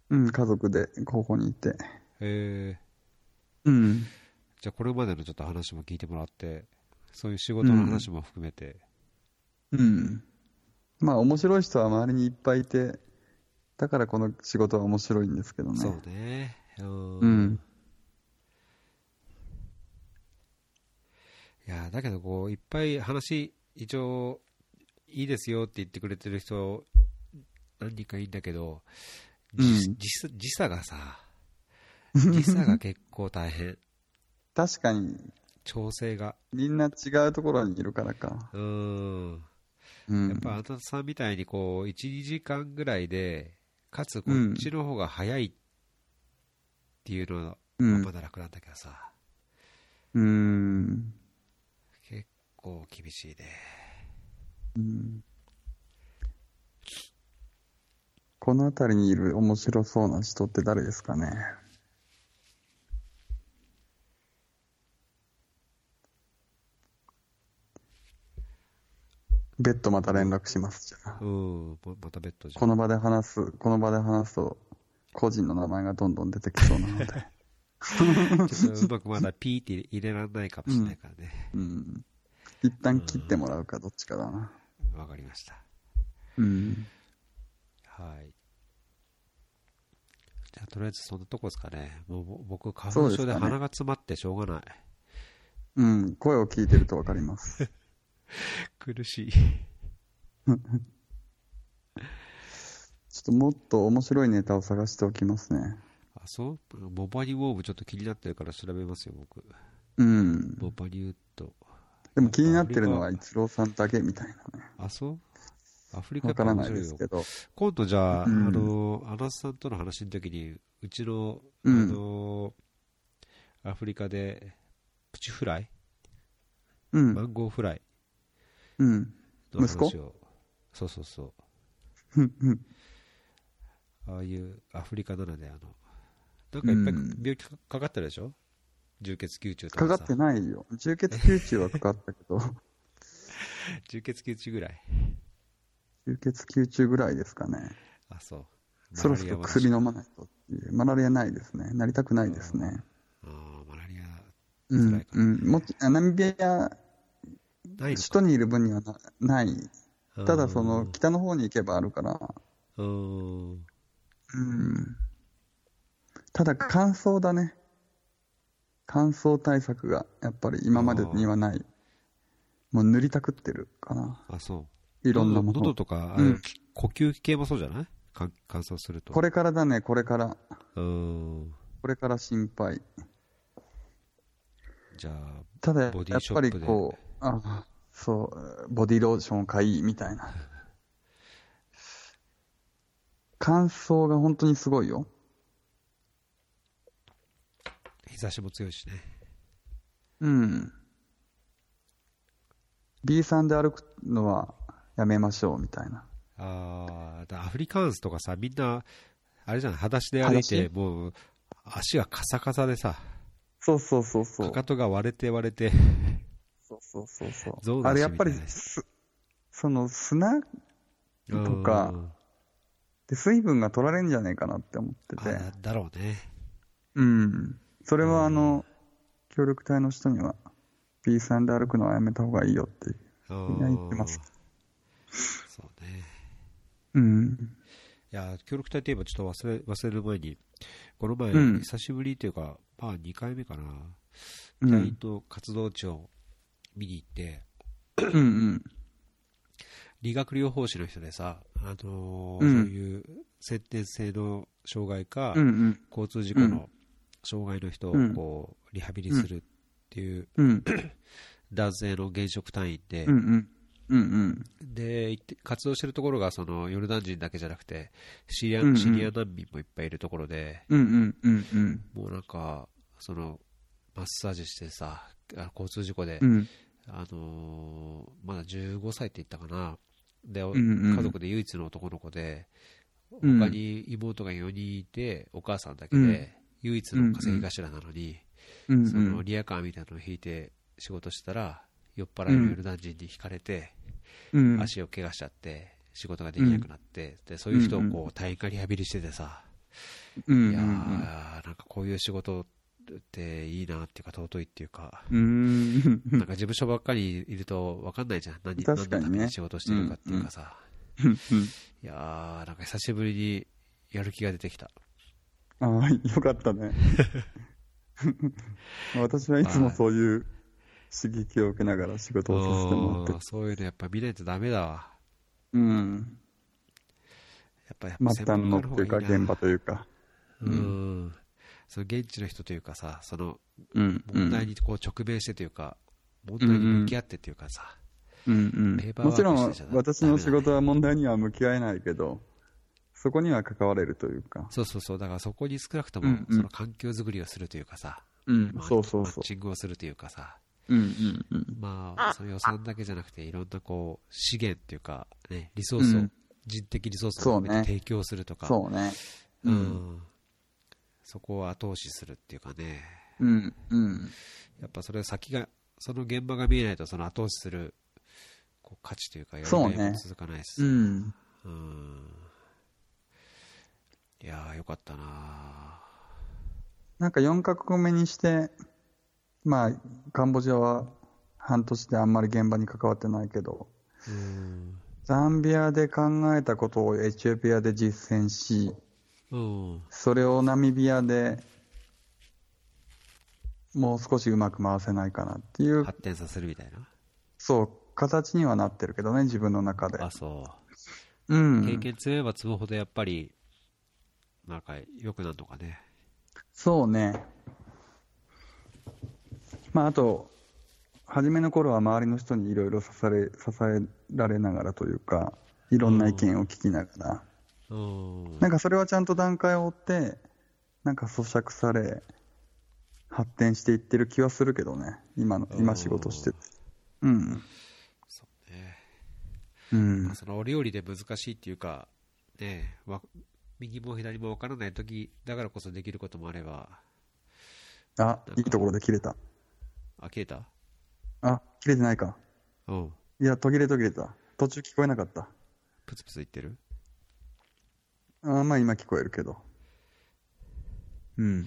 [SPEAKER 1] う。
[SPEAKER 2] うん、家族でここにいて。
[SPEAKER 1] え
[SPEAKER 2] うん。
[SPEAKER 1] ー、じゃあこれまでのちょっと話も聞いてもらって、そういう仕事の話も含めて。
[SPEAKER 2] うん。まあ、面白い人は周りにいっぱいいて、だからこの仕事は面白いんですけどね。
[SPEAKER 1] そうね。うん
[SPEAKER 2] うん。
[SPEAKER 1] いやーだけどこういっぱい話一応いいですよって言ってくれてる人何人かいいんだけど、じ
[SPEAKER 2] うん
[SPEAKER 1] 時差時差がさ時差が結構大変
[SPEAKER 2] 確かに、
[SPEAKER 1] 調整が
[SPEAKER 2] みんな違うところにいるからか。
[SPEAKER 1] うーん
[SPEAKER 2] うん。
[SPEAKER 1] やっぱあなたさんみたいにこう12時間ぐらいでかつこっちの方が早いっていうのは
[SPEAKER 2] うん
[SPEAKER 1] まだ楽なんだけどさ、
[SPEAKER 2] うん。
[SPEAKER 1] 結構厳しいね
[SPEAKER 2] うんこの辺りにいる面白そうな人って誰ですかね別途また連絡しますじゃあ
[SPEAKER 1] うんままた別途じゃん
[SPEAKER 2] この場で話すこの場で話すと個人の名前がどんどん出てきそうな ので。
[SPEAKER 1] ちょっとうまくまだピーって入れられないかもしれないからね。
[SPEAKER 2] うん。一旦切ってもらうか、どっちかだな。
[SPEAKER 1] わ、かりました。
[SPEAKER 2] うん。
[SPEAKER 1] はい。じゃあ、とりあえずそんなとこですかね。もうぼ僕、花
[SPEAKER 2] そう
[SPEAKER 1] 粉
[SPEAKER 2] です
[SPEAKER 1] 症
[SPEAKER 2] かね
[SPEAKER 1] で鼻が詰まってしょうがない。
[SPEAKER 2] うん。声を聞いてるとわかり ます。
[SPEAKER 1] 苦しい。
[SPEAKER 2] ちょっともっと面白いネタを探しておきますね。
[SPEAKER 1] あ、そうモバリウォーブちょっと気になってるから調べますよ、僕。
[SPEAKER 2] うん。
[SPEAKER 1] モバリウッド。
[SPEAKER 2] でも気になってるのは一郎さんだけみたいなね。
[SPEAKER 1] あ、そうアフリカ
[SPEAKER 2] わ
[SPEAKER 1] やっぱ
[SPEAKER 2] から
[SPEAKER 1] 面
[SPEAKER 2] な
[SPEAKER 1] 白
[SPEAKER 2] い
[SPEAKER 1] い
[SPEAKER 2] です
[SPEAKER 1] よ
[SPEAKER 2] け。ど。
[SPEAKER 1] 今度じゃあ、
[SPEAKER 2] うん
[SPEAKER 1] あの、アナスさんとの話の時に、うちの、あ
[SPEAKER 2] うん
[SPEAKER 1] の、アフリカで、プチフライ
[SPEAKER 2] う
[SPEAKER 1] マ
[SPEAKER 2] ん。
[SPEAKER 1] ンゴーフライ
[SPEAKER 2] うん。
[SPEAKER 1] の
[SPEAKER 2] 息子
[SPEAKER 1] 話を。そうそうそう。
[SPEAKER 2] うんうん
[SPEAKER 1] ああいうアフリカなので、あの、なんかいっぱい
[SPEAKER 2] うん
[SPEAKER 1] 病気かかかってるでしょ重血球中と
[SPEAKER 2] か
[SPEAKER 1] か
[SPEAKER 2] か
[SPEAKER 1] さ。
[SPEAKER 2] ってないよ。充血吸中はかかったけど、
[SPEAKER 1] 重血球中ぐらい。
[SPEAKER 2] 充血吸中ぐらいですか ね。
[SPEAKER 1] あ、そう。
[SPEAKER 2] そろそろ薬
[SPEAKER 1] マラリア
[SPEAKER 2] 飲まないとっていう。マラリアないですね。なりたくないですね。
[SPEAKER 1] ああ、マラリア、
[SPEAKER 2] う
[SPEAKER 1] 辛い
[SPEAKER 2] ん
[SPEAKER 1] か。
[SPEAKER 2] うん。もちナミビア、
[SPEAKER 1] ないのか
[SPEAKER 2] 首都にいる分にはなない。ただ、そうの、
[SPEAKER 1] ん
[SPEAKER 2] 北の方に行けばあるから。
[SPEAKER 1] うーん。
[SPEAKER 2] うん。ただ、乾燥だね。乾燥対策が、やっぱり今までにはない。もう塗りたくってるかな。
[SPEAKER 1] あ、そう。
[SPEAKER 2] いろんなも
[SPEAKER 1] 喉
[SPEAKER 2] の。
[SPEAKER 1] とか、あ
[SPEAKER 2] うん
[SPEAKER 1] の呼吸系もそうじゃないか乾燥すると。
[SPEAKER 2] これからだね、これから。
[SPEAKER 1] うーん。
[SPEAKER 2] これから心配。
[SPEAKER 1] じゃあ、
[SPEAKER 2] ただ、やっ
[SPEAKER 1] ボディショッ
[SPEAKER 2] ぱ
[SPEAKER 1] プ
[SPEAKER 2] り
[SPEAKER 1] で
[SPEAKER 2] こう、あそう、ボディローション買いみたい な。乾燥が本当にすごいよ。
[SPEAKER 1] 日差しも強いしね。
[SPEAKER 2] うん。B さんで歩くのはやめましょうみたいな。
[SPEAKER 1] ああ、だアフリカンスとかさ、みんな、あれじゃない、裸足で歩い
[SPEAKER 2] 裸
[SPEAKER 1] て、もう、足がカサカサでさ、
[SPEAKER 2] そうそうそうそう
[SPEAKER 1] か。かとが割れて割れて、
[SPEAKER 2] そうそうそうそう
[SPEAKER 1] ゾウム
[SPEAKER 2] あれ
[SPEAKER 1] シ
[SPEAKER 2] やっぱり
[SPEAKER 1] みたいな
[SPEAKER 2] す、その砂とか
[SPEAKER 1] うん
[SPEAKER 2] で水分が取られんじゃねえかなって思って
[SPEAKER 1] あ
[SPEAKER 2] て。
[SPEAKER 1] だだろうね。
[SPEAKER 2] うん。それはあの、協力隊の人には B さんで歩くのはやめた方がいいよっていう。
[SPEAKER 1] うん
[SPEAKER 2] いや言ってます
[SPEAKER 1] そうね。
[SPEAKER 2] うん。
[SPEAKER 1] いや、協力隊といえばちょっと忘れ忘れる前に、この前、
[SPEAKER 2] うん
[SPEAKER 1] 久しぶりというか、まあ2回目かな、
[SPEAKER 2] うん
[SPEAKER 1] 隊員の活動地を見に行って、
[SPEAKER 2] うんうん。
[SPEAKER 1] 理学療法士の人でさ、あのー
[SPEAKER 2] う
[SPEAKER 1] そ
[SPEAKER 2] ん
[SPEAKER 1] ういう先天性の障害か、
[SPEAKER 2] うんうん。
[SPEAKER 1] 交通事故の障害の人を
[SPEAKER 2] うん
[SPEAKER 1] こうリハビリするっていう
[SPEAKER 2] うん。
[SPEAKER 1] 男性の現職隊員で、
[SPEAKER 2] うんうん。うんうん。
[SPEAKER 1] で行って活動してるところがそのヨルダン人だけじゃなくてシリア,、
[SPEAKER 2] うんうん
[SPEAKER 1] シリア難民もいっぱいいるところで、
[SPEAKER 2] うんうんうんうん。
[SPEAKER 1] もうなんか、そのマッサージしてさ、あ交通事故で、
[SPEAKER 2] うん。
[SPEAKER 1] あのーまだ15歳って言ったかな、で、
[SPEAKER 2] んうん
[SPEAKER 1] 家族で唯一の男の子で、
[SPEAKER 2] うん
[SPEAKER 1] 他に妹が4人いて、お母さんだけ
[SPEAKER 2] う
[SPEAKER 1] で
[SPEAKER 2] ん、
[SPEAKER 1] 唯一の稼ぎ頭なのに、
[SPEAKER 2] うん
[SPEAKER 1] そ
[SPEAKER 2] うん
[SPEAKER 1] のリアカーみたいなのを引いて仕事してたら、酔っ払いのヨルダン人に引かれて、
[SPEAKER 2] うん。
[SPEAKER 1] 足を怪我しちゃって、仕事ができなくなって、でそういう人を
[SPEAKER 2] うん
[SPEAKER 1] こう体育化リハビリしててさ、
[SPEAKER 2] うん
[SPEAKER 1] いやー
[SPEAKER 2] うん
[SPEAKER 1] なんかこういう仕事っていいなっていうか、尊いっていうか、
[SPEAKER 2] うん。
[SPEAKER 1] なんか事務所ばっかりいると分かんないじゃん、何
[SPEAKER 2] 確か
[SPEAKER 1] 何の
[SPEAKER 2] にね
[SPEAKER 1] ために仕事してるかっていうかさ、いやー、なんか久しぶりにやる気が出てきた。
[SPEAKER 2] ああ、よかったね。私はいつもそういう刺激を受けながら仕事をさせてもらって
[SPEAKER 1] うんそういうのやっぱ見ないとダメだわ。
[SPEAKER 2] うん。
[SPEAKER 1] やっぱやっぱ
[SPEAKER 2] 末端のっていうか、
[SPEAKER 1] 専門家
[SPEAKER 2] 現
[SPEAKER 1] の
[SPEAKER 2] 場
[SPEAKER 1] 方が
[SPEAKER 2] というか。
[SPEAKER 1] いいなうん。その現地の人というかさ、その
[SPEAKER 2] うん。
[SPEAKER 1] 問題にこう直面してというか、問題に向き合ってというかさ、
[SPEAKER 2] うん
[SPEAKER 1] ペーパ
[SPEAKER 2] うん。
[SPEAKER 1] ーワ
[SPEAKER 2] も
[SPEAKER 1] ー
[SPEAKER 2] ちろ
[SPEAKER 1] ク
[SPEAKER 2] ん
[SPEAKER 1] してちゃダメだね
[SPEAKER 2] 私の仕事は問題には向き合えないけど、そこには関われるというか。
[SPEAKER 1] そうそうそう、だからそこに少なくと
[SPEAKER 2] う
[SPEAKER 1] も
[SPEAKER 2] ん、うん
[SPEAKER 1] その環境づくりをするというかさ、
[SPEAKER 2] うん
[SPEAKER 1] マッ
[SPEAKER 2] そうそうそ
[SPEAKER 1] マッチングをするというかさ、
[SPEAKER 2] う。うんうんうん。
[SPEAKER 1] まあ、その予算だけじゃなくて、いろんなこう、資源っていうか、ね、リソースを、
[SPEAKER 2] うん
[SPEAKER 1] 人的リソースを含めて
[SPEAKER 2] そう
[SPEAKER 1] 提供するとか、
[SPEAKER 2] そうね。
[SPEAKER 1] う。
[SPEAKER 2] うん
[SPEAKER 1] そこを後押しするっていうかね、
[SPEAKER 2] うんうん。
[SPEAKER 1] やっぱそれは先が、その現場が見えないと、その後押しする、こう、価値というか、やり
[SPEAKER 2] そう
[SPEAKER 1] が
[SPEAKER 2] ね
[SPEAKER 1] いも続かないし
[SPEAKER 2] う
[SPEAKER 1] さ、
[SPEAKER 2] ん。
[SPEAKER 1] うん。いいやー、よかったな
[SPEAKER 2] なんか4カ国目にして、まあ、カンボジアは半年であんまり現場に関わってないけど、
[SPEAKER 1] うん。
[SPEAKER 2] ザンビアで考えたことをエチオピアで実践し、
[SPEAKER 1] うん。
[SPEAKER 2] それをナミビアでもう少しうまく回せないかなっていう、
[SPEAKER 1] 発展させるみたいな。
[SPEAKER 2] そう、形にはなってるけどね、自分の中で。
[SPEAKER 1] あ、そう。
[SPEAKER 2] う
[SPEAKER 1] 経
[SPEAKER 2] ん。
[SPEAKER 1] 験積めば積むほどやっぱり、なんか良くなるのかね。
[SPEAKER 2] そうね。まあ、あと、初めの頃は周りの人にいろいろ支え、支えられながらというか、いろんな意見を聞きながら、
[SPEAKER 1] うん。
[SPEAKER 2] なんかそれはちゃんと段階を追って、なんか咀嚼され、発展していってる気はするけどね、今の、今仕事してて。うん。
[SPEAKER 1] そうね。
[SPEAKER 2] うん。
[SPEAKER 1] そのお料理で難しいっていうか、ねわ右も左も分からない時だからこそできることもあれば、
[SPEAKER 2] あ、いいところで切れた。
[SPEAKER 1] あ、切れた
[SPEAKER 2] あ、切れてないか。
[SPEAKER 1] うん。
[SPEAKER 2] いや、途切れ途切れた。途中聞こえなかった。
[SPEAKER 1] プツプツ言ってる
[SPEAKER 2] あまあ今聞こえるけど。うん。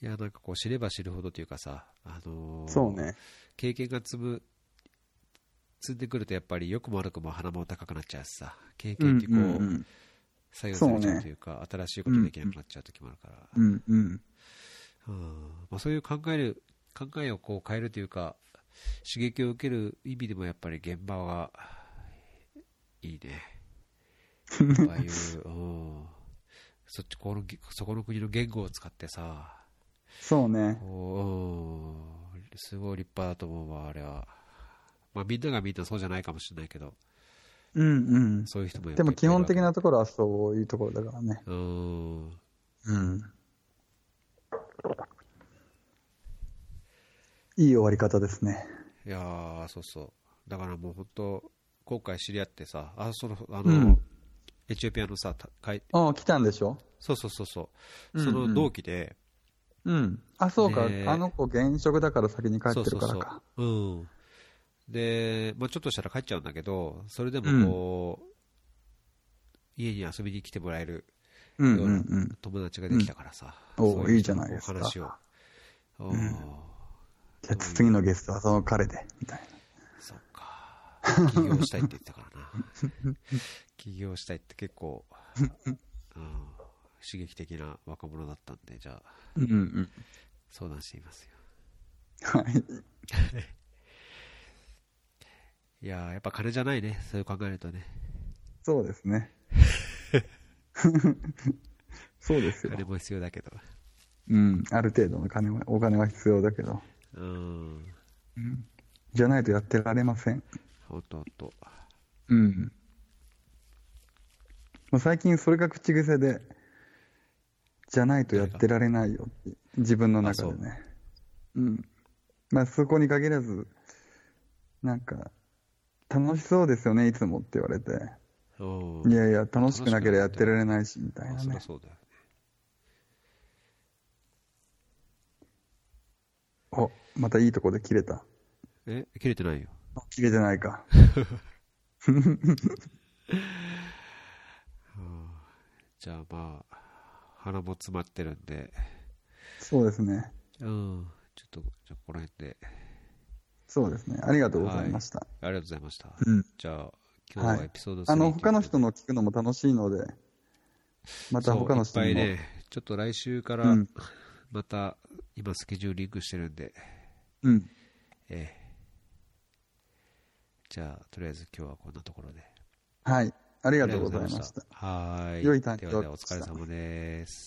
[SPEAKER 1] いや、なんかこう知れば知るほどというかさ、あのー
[SPEAKER 2] そうね。
[SPEAKER 1] 経験が積む、積んでくるとやっぱり良くも悪くも鼻も高くなっちゃうしさ、経験ってこう、
[SPEAKER 2] うん
[SPEAKER 1] 作用されちゃ
[SPEAKER 2] そう
[SPEAKER 1] う
[SPEAKER 2] ね
[SPEAKER 1] というか、新しいことできなくなっちゃう時もあるから、
[SPEAKER 2] うん。うんうん。
[SPEAKER 1] うんまあ、そういう考える、考えをこう変えるというか、刺激を受ける意味でもやっぱり現場 はいいね。ああいう、うん、そっちこのそこの国の言語を使ってさ、
[SPEAKER 2] そうね。
[SPEAKER 1] おーすごい立派だと思うわ、あれは。まあ、みんながみんなそうじゃないかもしれないけど、
[SPEAKER 2] うんうん。
[SPEAKER 1] そういう人もやっぱ
[SPEAKER 2] で
[SPEAKER 1] りい
[SPEAKER 2] も
[SPEAKER 1] っぱ
[SPEAKER 2] 基
[SPEAKER 1] いいる
[SPEAKER 2] 本
[SPEAKER 1] わけ
[SPEAKER 2] 的なところはそういうところだからね。
[SPEAKER 1] うーん。
[SPEAKER 2] うん。いい終わり方ですね。
[SPEAKER 1] いやー、そうそう。だからもう本当、今回知り合ってさ、あ、その、あの、
[SPEAKER 2] うん
[SPEAKER 1] エチオピアのさ、たかい
[SPEAKER 2] ああ、来たんでしょ
[SPEAKER 1] そうそうそうそう、
[SPEAKER 2] うんうん
[SPEAKER 1] その同期で、
[SPEAKER 2] うん。あ、そうか。
[SPEAKER 1] ねえ
[SPEAKER 2] あの子現職だから先に帰
[SPEAKER 1] そ
[SPEAKER 2] っ
[SPEAKER 1] うそ
[SPEAKER 2] てる
[SPEAKER 1] う
[SPEAKER 2] か
[SPEAKER 1] そ
[SPEAKER 2] ら
[SPEAKER 1] う
[SPEAKER 2] か。。
[SPEAKER 1] うん。で、まあちょっとしたら帰っちゃうんだけど、それでもこう、家に遊びに来てもらえる
[SPEAKER 2] うん
[SPEAKER 1] よ
[SPEAKER 2] う
[SPEAKER 1] うん
[SPEAKER 2] う。
[SPEAKER 1] なん友達ができたからさ。
[SPEAKER 2] うんおー
[SPEAKER 1] そうう
[SPEAKER 2] いいじゃないですか
[SPEAKER 1] お話を。おー
[SPEAKER 2] じゃあ次のゲストはその彼で、みたい
[SPEAKER 1] そっか。起業したいって言ったからな。 起業したいって結構、うん、刺激的な若者だったんで、じゃあ、
[SPEAKER 2] な。うんうん。
[SPEAKER 1] 相談してみますよ。
[SPEAKER 2] はい。
[SPEAKER 1] いやーやっぱ金じゃないね。そういう考えるとね。
[SPEAKER 2] そうですね。 そうですよ
[SPEAKER 1] 金。も必要だけど。
[SPEAKER 2] うん。ある程度の金は、お金は必要だけど。
[SPEAKER 1] うん。
[SPEAKER 2] じゃないとやってられません。
[SPEAKER 1] ほんとほんと。
[SPEAKER 2] うん。もう最近それが口癖で、じゃないとやってられないよって、自分の中でね。うん。まあそこに限らず、なんか、楽しそうですよね、いつもって言われて。
[SPEAKER 1] うん。
[SPEAKER 2] いやいや、楽しくなければやってられないし、みたい
[SPEAKER 1] まあ
[SPEAKER 2] な
[SPEAKER 1] そりゃ
[SPEAKER 2] ね。
[SPEAKER 1] そうだよね。
[SPEAKER 2] お、またいいとこで切れた。
[SPEAKER 1] え、切れてないよ。
[SPEAKER 2] あ切れてないか。
[SPEAKER 1] じゃあまあ、鼻も詰まってるんで、
[SPEAKER 2] そうですね。
[SPEAKER 1] うん、ちょっと、じゃあこの辺で、
[SPEAKER 2] そうですね。ありがとうございました。
[SPEAKER 1] ありがとうございました。
[SPEAKER 2] うん。
[SPEAKER 1] じゃあ、今
[SPEAKER 2] は
[SPEAKER 1] 日はいエピソード3、
[SPEAKER 2] あの、他の人の聞くのも楽しいので、また他の人
[SPEAKER 1] そうい
[SPEAKER 2] に
[SPEAKER 1] っぱ
[SPEAKER 2] も。
[SPEAKER 1] いね、ちょっと来週から、
[SPEAKER 2] うん
[SPEAKER 1] また、今スケジュールリンクしてるんで、
[SPEAKER 2] うん。
[SPEAKER 1] ええじゃあ、とりあえず今日はこんなところで。
[SPEAKER 2] はい。あり
[SPEAKER 1] あ
[SPEAKER 2] がとうございました。
[SPEAKER 1] はーい。
[SPEAKER 2] 良い誕
[SPEAKER 1] で
[SPEAKER 2] 生日
[SPEAKER 1] はではお疲れ様です。